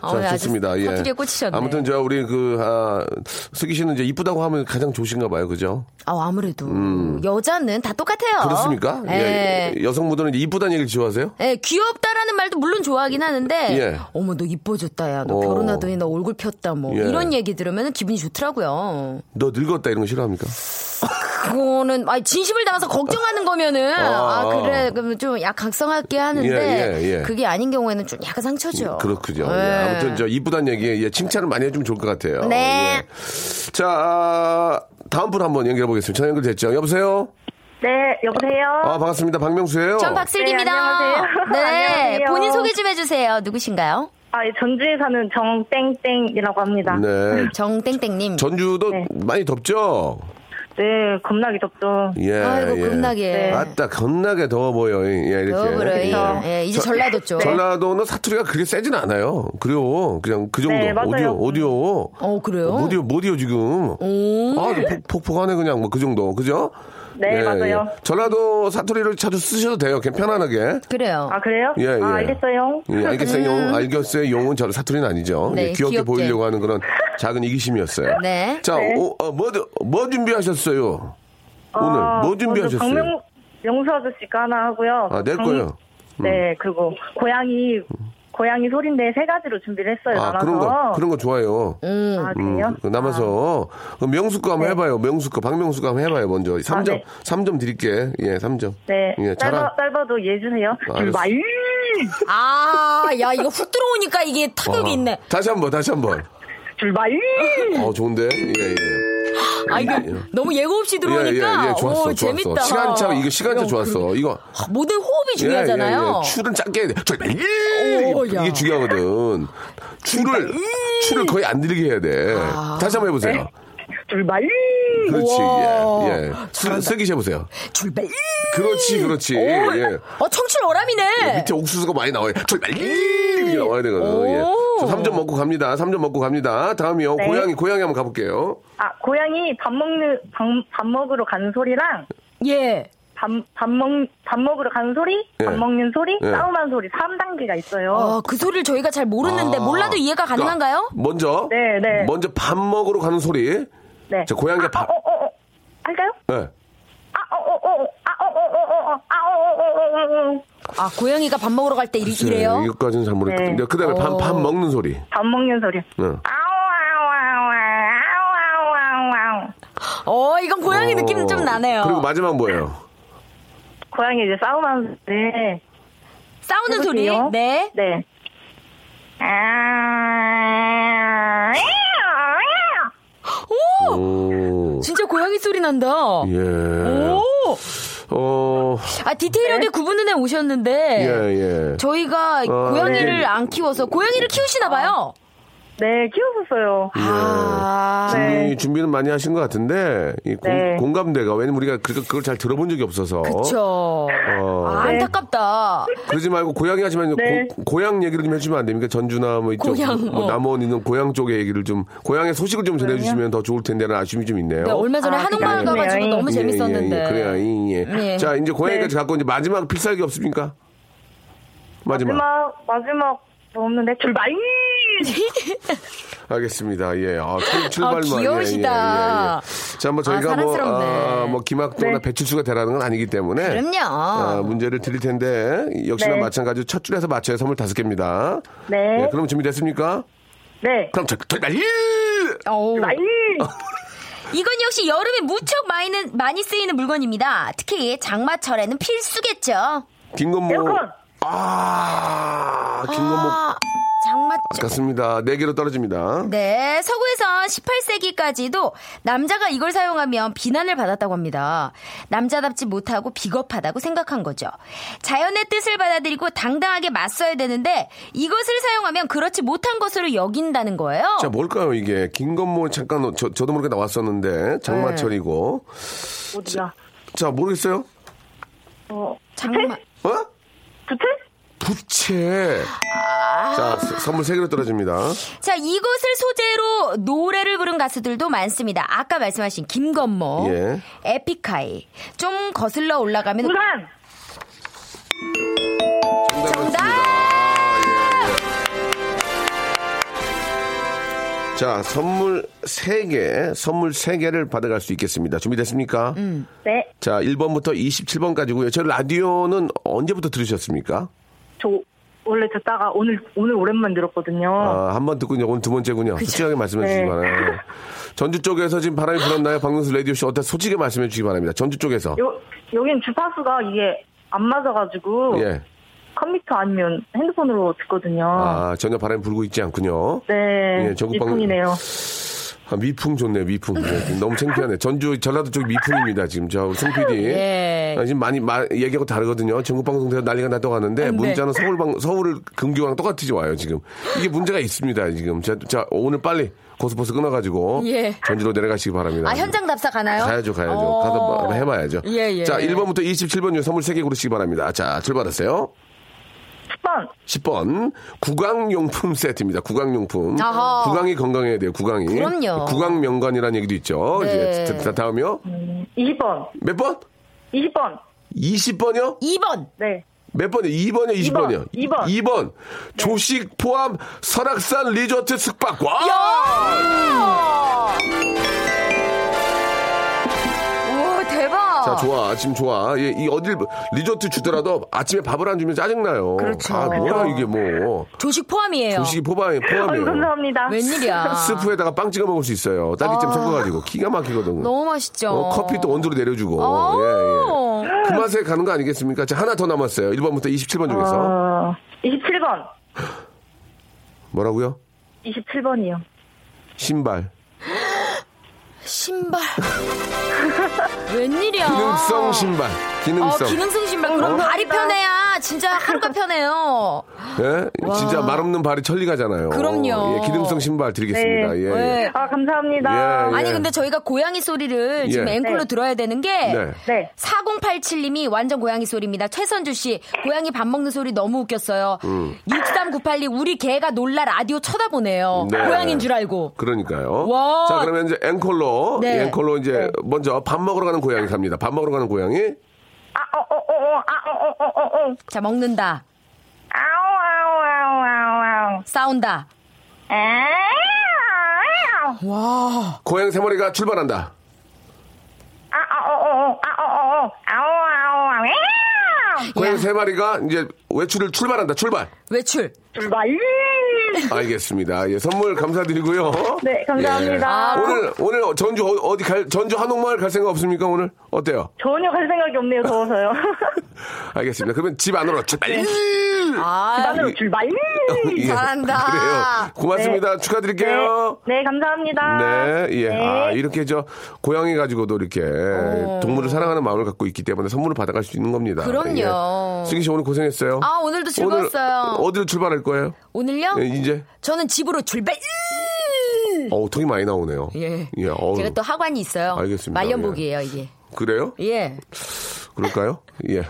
S6: 아,
S3: 자,
S6: 오늘 아주
S3: 좋습니다. 예.
S6: 사투리에 꽂히셨네.
S3: 아무튼 저 우리 그 아, 슬기 씨는 이제 이쁘다고 하면 가장 좋으신가 봐요, 그죠?
S6: 아, 아무래도. 여자는 다 똑같아요.
S3: 음. 그렇습니까?
S6: 예.
S3: 예. 여성분들은 이쁘다는 얘기를 좋아하세요?
S6: 예, 귀엽다라는 말도 물론 좋아하긴 하는데,
S3: 예.
S6: 어머, 너 이뻐졌다, 야. 너
S3: 어.
S6: 결혼하더니 너 얼굴 폈다, 뭐.
S3: 예.
S6: 이런 얘기 들으면 기분이 좋더라고요.
S3: 너 늙었다 이런 거 싫어합니까?
S6: 그거는 아 진심을 담아서 걱정하는 거면은 아,
S3: 아.
S6: 그래 그러면 좀 약각성하게 하는데
S3: 예, 예, 예.
S6: 그게 아닌 경우에는 좀 약간 상처죠.
S3: 그렇군요.
S6: 예.
S3: 예, 아무튼 저 이쁘다는 얘기에 예, 칭찬을 많이 해주면 좋을 것 같아요.
S6: 네.
S3: 예. 자, 아, 다음 분 한번 연결해 보겠습니다. 전화 연결됐죠? 여보세요?
S9: 네, 여보세요?
S3: 아, 반갑습니다. 박명수예요
S6: 전
S9: 네,
S6: 박슬기입니다.
S9: (laughs) 안녕하세요.
S6: 네,
S9: 안녕하세요.
S6: 본인 소개 좀 해주세요. 누구신가요?
S9: 아, 예, 전주에 사는 정땡땡이라고 합니다. 네,
S3: 네.
S6: 정땡땡님.
S3: 전주도
S9: 네.
S3: 많이 덥죠?
S9: 겁나게 덥죠.
S3: 예.
S6: 아이고
S3: 예.
S6: 겁나게.
S9: 네.
S3: 아따 겁나게 더워 보여. 예, 이렇게.
S6: 더불어 예.
S3: 예.
S6: 예, 이제 전라도 쪽.
S3: 전라도는 뭐 사투리가 그게 세진 않아요. 그래요. 그냥 그 정도.
S9: 네, 맞아요.
S3: 오디오, 오디오.
S6: 어 그래요?
S3: 못이요, 못이요, 지금.
S6: 오.
S3: 아, 폭, 폭하네, 그냥, 뭐, 그 정도. 그죠? 예,
S9: 네, 맞아요.
S3: 전라도 사투리를 자주 쓰셔도 돼요. 그냥 편안하게.
S6: 그래요.
S9: 아, 그래요?
S3: 예, 예.
S9: 아, 알겠어요.
S3: 예, 알겠어요.
S9: 음.
S3: 용, 알겠어요. 용은 저 사투리는 아니죠.
S6: 네,
S3: 예, 귀엽게,
S6: 귀엽게.
S3: 보이려고 하는 그런 작은 이기심이었어요.
S6: 네.
S3: 자, 오, 어, 뭐, 뭐 준비하셨어요? 오늘
S9: 아,
S3: 뭐
S9: 먼저
S3: 준비하셨어요?
S9: 박명, 명수 아저씨가 하나 하고요.
S3: 아, 낼
S9: 강-
S3: 거예요.
S9: 네, 그리고 고양이, 고양이 소리인데 세 가지로 준비를 했어요.
S3: 아,
S9: 네, 나눠서.
S3: 그런 거, 그런 거 좋아요.
S9: 아,
S3: 음,
S9: 그래요?
S3: 그 남아서. 그럼 명수 거 한번 해봐요. 명수 거, 박명수 거 한번 해봐요, 먼저. 삼 점
S9: 네.
S3: 삼 점 드릴게. 예, 삼점
S9: 네,
S3: 예, 잘한.
S9: 짧아, 짧아도 이해해 주세요.
S3: 알겠어.
S9: 말
S6: 아, 야 이거 훅 들어오니까 이게 타격이
S3: 와.
S6: 있네.
S3: 다시 한 번, 다시 한 번.
S6: 네.
S9: 출발!
S3: 어, 좋은데? 예, 예.
S6: 아 이거 너무 예고 없이 그러니까. 들어오니까
S3: 예, 예, 예, 좋았어, 좋았어.
S6: 오, 재밌다.
S3: 시간차, 이거 시간차 좋았어. 이거.
S6: 모든 호흡이
S3: 예, 예,
S6: 중요하잖아요.
S3: 예. 출은 짧게 해야 돼. 출발!
S6: 오,
S3: 이게
S6: 야. 그러니까,
S3: 중요하거든. 출을, 출을 거의 안 들리게 해야 돼. 다시 한번 해보세요.
S4: 출발.
S3: 그렇지,
S6: 아. 우와.
S3: 예, 예. 쓰- 쓰기 해보세요.
S6: 출발.
S3: 그렇지, 그렇지.
S6: 오,
S3: 예.
S6: 어 청출 오람이네.
S3: 밑에 옥수수가 많이 나와요. 출발! 이렇게 나와야 되거든. 예.
S6: 오.
S3: 저 3점 먹고 갑니다. 3점 먹고 갑니다. 다음이요.
S6: 네.
S3: 고양이, 고양이 한번 가볼게요.
S4: 아, 고양이 밥 먹는 밥, 밥 먹으러 가는 소리랑
S6: 예.
S4: 밥밥먹밥 먹으러 가는 소리,
S3: 예.
S4: 밥 먹는 소리,
S3: 예.
S4: 싸움하는 소리 3단계가 있어요.
S6: 어, 그 소리를 저희가 잘 모르는데
S3: 아.
S6: 몰라도 이해가 가능한가요?
S3: 그러니까 먼저,
S4: 네, 네.
S3: 먼저 밥 먹으러 가는 소리.
S4: 네.
S3: 저 고양이가
S4: 아,
S3: 밥.
S4: 어, 어, 어. 할까요?
S3: 예.
S4: 아, 어, 어, 어. 아, 어, 어, 어, 어. 아, 어, 어, 어, 어, 어.
S6: 아, 고양이가 밥 먹으러 갈 때 이래요? 어.
S3: 네, 이것까지는 잘 모르겠고.
S4: 네.
S3: 그 다음에 밥, 밥 먹는 소리. 네.
S4: 밥 먹는 소리.
S3: 응.
S4: 아우 아우 아우 아우 아우 아우 아우.
S6: 어, 이건 고양이 느낌 좀 나네요.
S3: 그리고 마지막 뭐예요?
S4: 고양이 이제 싸움하는 소리.
S6: 싸우는 소리.
S4: 해볼게요.
S6: 네.
S4: 네. 아.
S6: 오!
S3: 오.
S6: 진짜 고양이 소리 난다.
S3: 예.
S6: 오!
S3: 어.
S6: 아, 디테일하게
S4: 네.
S6: 구분은 해 오셨는데.
S3: 예, 예.
S6: 네. 저희가
S3: 네.
S6: 고양이를 안 키워서 고양이를 키우시나 봐요.
S4: 네, 키웠었어요.
S6: 아.
S3: 준비,
S4: 네.
S3: 준비는 많이 하신 것 같은데, 이 공,
S4: 네.
S3: 감대가 왜냐면 우리가 그, 그걸 잘 들어본 적이 없어서.
S6: 그쵸.
S3: 어.
S6: 아, 안타깝다.
S3: 그러지 말고 고양이 하시면
S4: 네.
S3: 고, 고향 얘기를 좀 해주면 안 됩니까? 전주나 뭐 이쪽
S6: 고향,
S3: 뭐
S6: 어.
S3: 남원 있는 고향 쪽의 얘기를 좀 고향의 소식을 좀 전해주시면 더 좋을 텐데라는 어? 아쉬움이 좀 있네요.
S6: 네, 얼마 전에
S4: 아,
S6: 한옥마을
S4: 그래요.
S6: 가가지고 너무
S3: 예,
S6: 재밌었는데.
S3: 예, 예, 그래요. 이, 예.
S6: 예.
S3: 자 이제 고양이까지 갖고 이제 마지막 필살기 없습니까? 마지막.
S4: 마지막 마지막 뭐 없는데
S6: (laughs)
S4: 출발.
S3: 알겠습니다. 예. 아, 출- 출발만. 예,
S6: 귀여우시다.
S3: 예, 예, 예. 자, 뭐 저희가
S6: 아,
S3: 뭐,
S6: 사랑스럽네.
S3: 아, 뭐 김학도나 배칠수가 되라는 건 아니기 때문에.
S6: 그럼요.
S3: 아, 문제를 드릴 텐데 역시나
S4: 네.
S3: 마찬가지로 첫 줄에서 맞춰야 선물 다섯 개입니다. 예,
S4: 네.
S3: 그럼 준비됐습니까?
S4: 네.
S3: 그럼 저, 저 빨리!
S6: 어우.
S4: 빨리.
S6: 이건 역시 여름에 무척 많이는, 많이 쓰이는 물건입니다. 특히 장마철에는 필수겠죠.
S3: 김건모.
S4: 에어컨.
S3: 아, 김건모.
S6: 아, 장마철.
S3: 같습니다. 네 개로 떨어집니다.
S6: 네, 서구에서 18세기까지도 남자가 이걸 사용하면 비난을 받았다고 합니다. 남자답지 못하고 비겁하다고 생각한 거죠. 자연의 뜻을 받아들이고 당당하게 맞서야 되는데 이것을 사용하면 그렇지 못한 것으로 여긴다는 거예요.
S3: 자, 뭘까요, 이게? 김건모 잠깐, 저, 저도 모르게 나왔었는데, 장마철이고.
S4: 어디야?
S3: 자, 모르겠어요?
S4: 어.
S6: 장마.
S3: 어?
S4: 부채?
S3: 부채. 자, 서- 선물 세개로 떨어집니다.
S6: 자, 이것을 소재로 노래를 부른 가수들도 많습니다. 아까 말씀하신 김건모,
S3: 예.
S6: 에픽하이. 좀 거슬러 올라가면
S4: 우산.
S3: 정답! 자, 선물 세개 선물 세개를 받아갈 수 있겠습니다. 준비됐습니까?
S4: 네.
S3: 자, 1번부터 27번까지고요. 저 라디오는 언제부터 들으셨습니까?
S4: 저 원래 듣다가 오늘 오늘 오랜만 들었거든요.
S3: 아, 한 번 듣고 이제 오늘 두 번째군요. 솔직하게 말씀해 주시기
S4: 어. 네.
S3: 바라요. 전주 쪽에서 지금 바람이 불었나요? 박명수 라디오 쇼 어때? 솔직히 말씀해 주시기 바랍니다. 전주 쪽에서.
S4: 요 여긴 주파수가 이게 안 맞아가지고
S3: 예.
S4: 컴퓨터 아니면 핸드폰으로 듣거든요.
S3: 아, 전혀 바람이 불고 있지 않군요.
S4: 네,
S3: 예, 전국 방송-
S4: 이풍이네요.
S3: 아, 미풍 좋네요, 미풍. 예, 너무 창피하네. 전주, 전라도 쪽 미풍입니다, 지금. 저, 송 PD.
S6: (laughs) 예.
S3: 아, 지금 많이, 마- 얘기하고 다르거든요. 전국방송에서 난리가 났다고 하는데,
S6: 네.
S3: 문자는 서울방, 서울 금교랑 똑같이 와요, 지금. 이게 문제가 있습니다, 지금. 자, 자, 오늘 빨리 고스버스 끊어가지고.
S6: 예.
S3: 전주로 내려가시기 바랍니다.
S6: 아, 현장 답사 가나요?
S3: 가야죠, 가야죠.
S6: 어.
S3: 가서 뭐 해봐야죠.
S6: 예, 예.
S3: 자, 1번부터 27번 중 선물 3개 고르시기 바랍니다. 자, 출발하세요.
S4: 10번
S3: 10번 구강용품 세트입니다. 구강용품.
S6: 아하.
S3: 구강이 건강해야 돼요. 구강이.
S6: 그럼요.
S3: 구강명관이라는 얘기도 있죠.
S6: 네.
S3: 이제 자, 다음이요.
S4: 20번,
S3: 몇 번?
S4: 20번,
S3: 20번이요?
S6: 2번.
S4: 네,
S3: 몇 번이요? 2번이요? 20번이요?
S4: 이 번. 네.
S3: 2번. 조식 포함 설악산 리조트 숙박권.
S6: 우와, 대박.
S3: 자, 좋아. 지금 좋아. 예, 이 어딜 리조트 주더라도 아침에 밥을 안 주면 짜증나요.
S6: 그렇죠.
S3: 아, 뭐야 이게 뭐.
S6: 조식 포함이에요.
S3: 조식이 포함이 포함이에요.
S4: 아유, 감사합니다.
S9: (laughs)
S6: 웬일이야.
S3: (laughs) 스프에다가 빵 찍어 먹을 수 있어요.
S4: 아.
S3: 딸기잼 섞어가지고 기가 막히거든.
S6: 너무 맛있죠.
S3: 어, 커피 또 원두로 내려주고.
S6: 어.
S3: 예, 예. 그 맛에 가는 거 아니겠습니까? 자, 하나 더 남았어요. 1번부터 27번
S6: 아.
S3: 중에서.
S4: 어, 27번,
S3: 뭐라고요?
S4: 27번이요.
S3: 신발.
S6: 신발. (laughs) 웬일이야.
S3: 기능성 신발. 기능성.
S6: 어, 기능성 신발. 그럼 발이 편해야 진짜 하루가 편해요.
S3: 예? 진짜 말 없는 발이 천리가잖아요.
S6: 그럼요.
S3: 예, 기능성 신발 드리겠습니다.
S9: 네.
S3: 예, 예.
S6: 네.
S9: 아, 감사합니다.
S3: 예, 예.
S6: 아니 근데 저희가 고양이 소리를 지금
S3: 예.
S6: 앵콜로
S9: 네.
S6: 들어야 되는 게
S3: 네.
S9: 네.
S6: 4087님이 완전 고양이 소리입니다. 최선주 씨 고양이 밥 먹는 소리 너무 웃겼어요.
S3: 음.
S6: 6398님 우리 개가 놀라 라디오 쳐다보네요.
S3: 네.
S6: 고양인 줄 알고.
S3: 그러니까요.
S6: 와.
S3: 자, 그러면 이제 앵콜로.
S6: 네.
S3: 앵콜로 이제 먼저 밥 먹으러 가는 고양이 갑니다. 밥 먹으러 가는 고양이.
S9: 아, 어, 어, 어, 어, 아, 어, 어, 어, 어, 어.
S6: 자 먹는다,
S9: 아우, 아우, 아우, 아우, 아우.
S6: 싸운다.
S9: 아우, 아우.
S6: 와.
S3: 고양이 세 마리가 출발한다.
S9: 아, 어, 어, 어, 아, 어, 어, 어. 아우, 아우, 아우. 아우.
S3: 고양이 세 마리가 이제 외출을 출발한다. 출발.
S6: 외출.
S9: 출발.
S3: 알겠습니다. 예, 선물 감사드리고요.
S9: 네, 감사합니다.
S6: 아.
S3: 예. 오늘 오늘 전주 어- 어디 갈 전주 한옥마을 갈 생각 없습니까 오늘? 어때요?
S9: 전혀 갈 생각이 없네요,
S3: (laughs)
S9: 더워서요.
S3: 알겠습니다. 그러면 집 안으로 출발.
S6: 아
S9: 나는 출발.
S3: 예,
S6: 음,
S3: (laughs)
S6: 잘한다. 네.
S3: 그래요. 고맙습니다. 축하드릴게요.
S9: 네, 감사합니다.
S3: 예. 네, 예. 아, 이렇게 저 고양이 가지고도 이렇게 동물을 사랑하는 마음을 갖고 있기 때문에 선물을 받아갈 수 있는 겁니다.
S6: 어. 그럼요.
S3: 예. 승기 씨 오늘 고생했어요.
S6: 아, 오늘도 즐거웠어요.
S3: 오늘 어디로 출발할 거예요?
S6: 오늘요?
S3: 예, 이제
S6: 저는 집으로 출발.
S3: 어우 턱이 많이 나오네요.
S6: 예.
S3: 어우,
S6: 제가 또 학원이 있어요.
S3: 알겠습니다. 어.
S6: 말년복이에요 이게.
S3: 그래요?
S6: 예.
S3: 그럴까요? 예.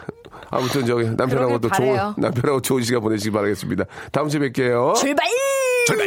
S3: 아무튼 저기 남편하고 또
S6: 그러길
S3: 좋은
S6: 바래요.
S3: 남편하고 좋은 시간 보내시기 바라겠습니다. 다음 주에 뵐게요.
S6: 출발.
S3: 출발!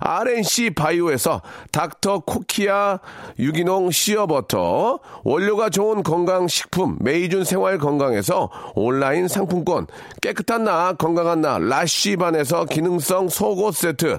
S3: RNC 바이오에서 닥터 코키아 유기농 시어버터, 원료가 좋은 건강식품 메이준 생활 건강에서 온라인 상품권, 깨끗한 나 건강한 나 라쉬반에서 기능성 속옷 세트,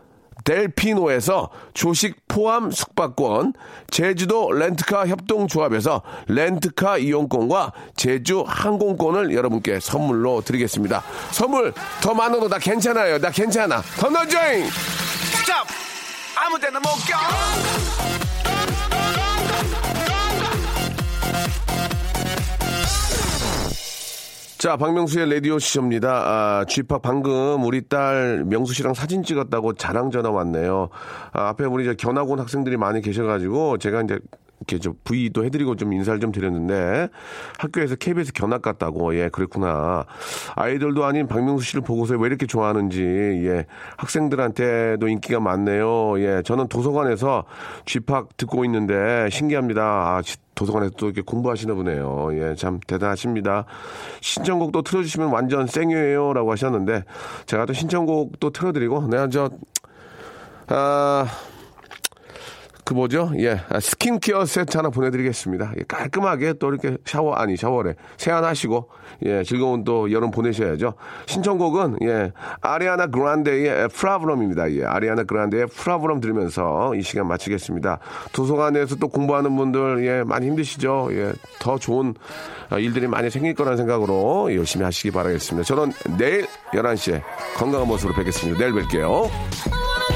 S3: 델피노에서 조식 포함 숙박권, 제주도 렌트카 협동조합에서 렌트카 이용권과 제주 항공권을 여러분께 선물로 드리겠습니다. 선물 더 많아도 나 괜찮아요. 나 괜찮아. 더 넣어줘잉!
S1: 스탑! 아무 데나 못 가!
S3: 자, 박명수의 라디오 시쇼입니다. 아, 쥐팍 방금 우리 딸 명수 씨랑 사진 찍었다고 자랑 전화 왔네요. 아, 앞에 우리 이제 견학원 학생들이 많이 계셔가지고 제가 이제 이렇게 좀 부의도 해드리고 좀 인사를 좀 드렸는데 학교에서 KBS 견학 갔다고 예 그랬구나 아이들도 아닌 박명수 씨를 보고서 왜 이렇게 좋아하는지 예 학생들한테도 인기가 많네요 예 저는 도서관에서 쥐팍 듣고 있는데 신기합니다 아 지- 도서관에서 또 이렇게 공부하시나 보네요. 예, 참 대단하십니다. 신청곡도 틀어주시면 완전 쌩이에요. 라고 하셨는데, 제가 또 신청곡도 틀어드리고, 내가 저, 아, 그 뭐죠? 예, 아, 스킨케어 세트 하나 보내드리겠습니다. 예, 깔끔하게 또 이렇게 샤워 아니 샤워래 세안하시고 예 즐거운 또 여름 보내셔야죠. 신청곡은 예 아리아나 그란데의 프라브럼입니다. 예, 아리아나 그란데의 프라브럼 들으면서 이 시간 마치겠습니다. 도서관에서 또 공부하는 분들 예 많이 힘드시죠? 예더 좋은 아, 일들이 많이 생길 거라는 생각으로 열심히 하시기 바라겠습니다. 저는 내일 11시에 건강한 모습으로 뵙겠습니다. 내일 뵐게요.
S5: I wanna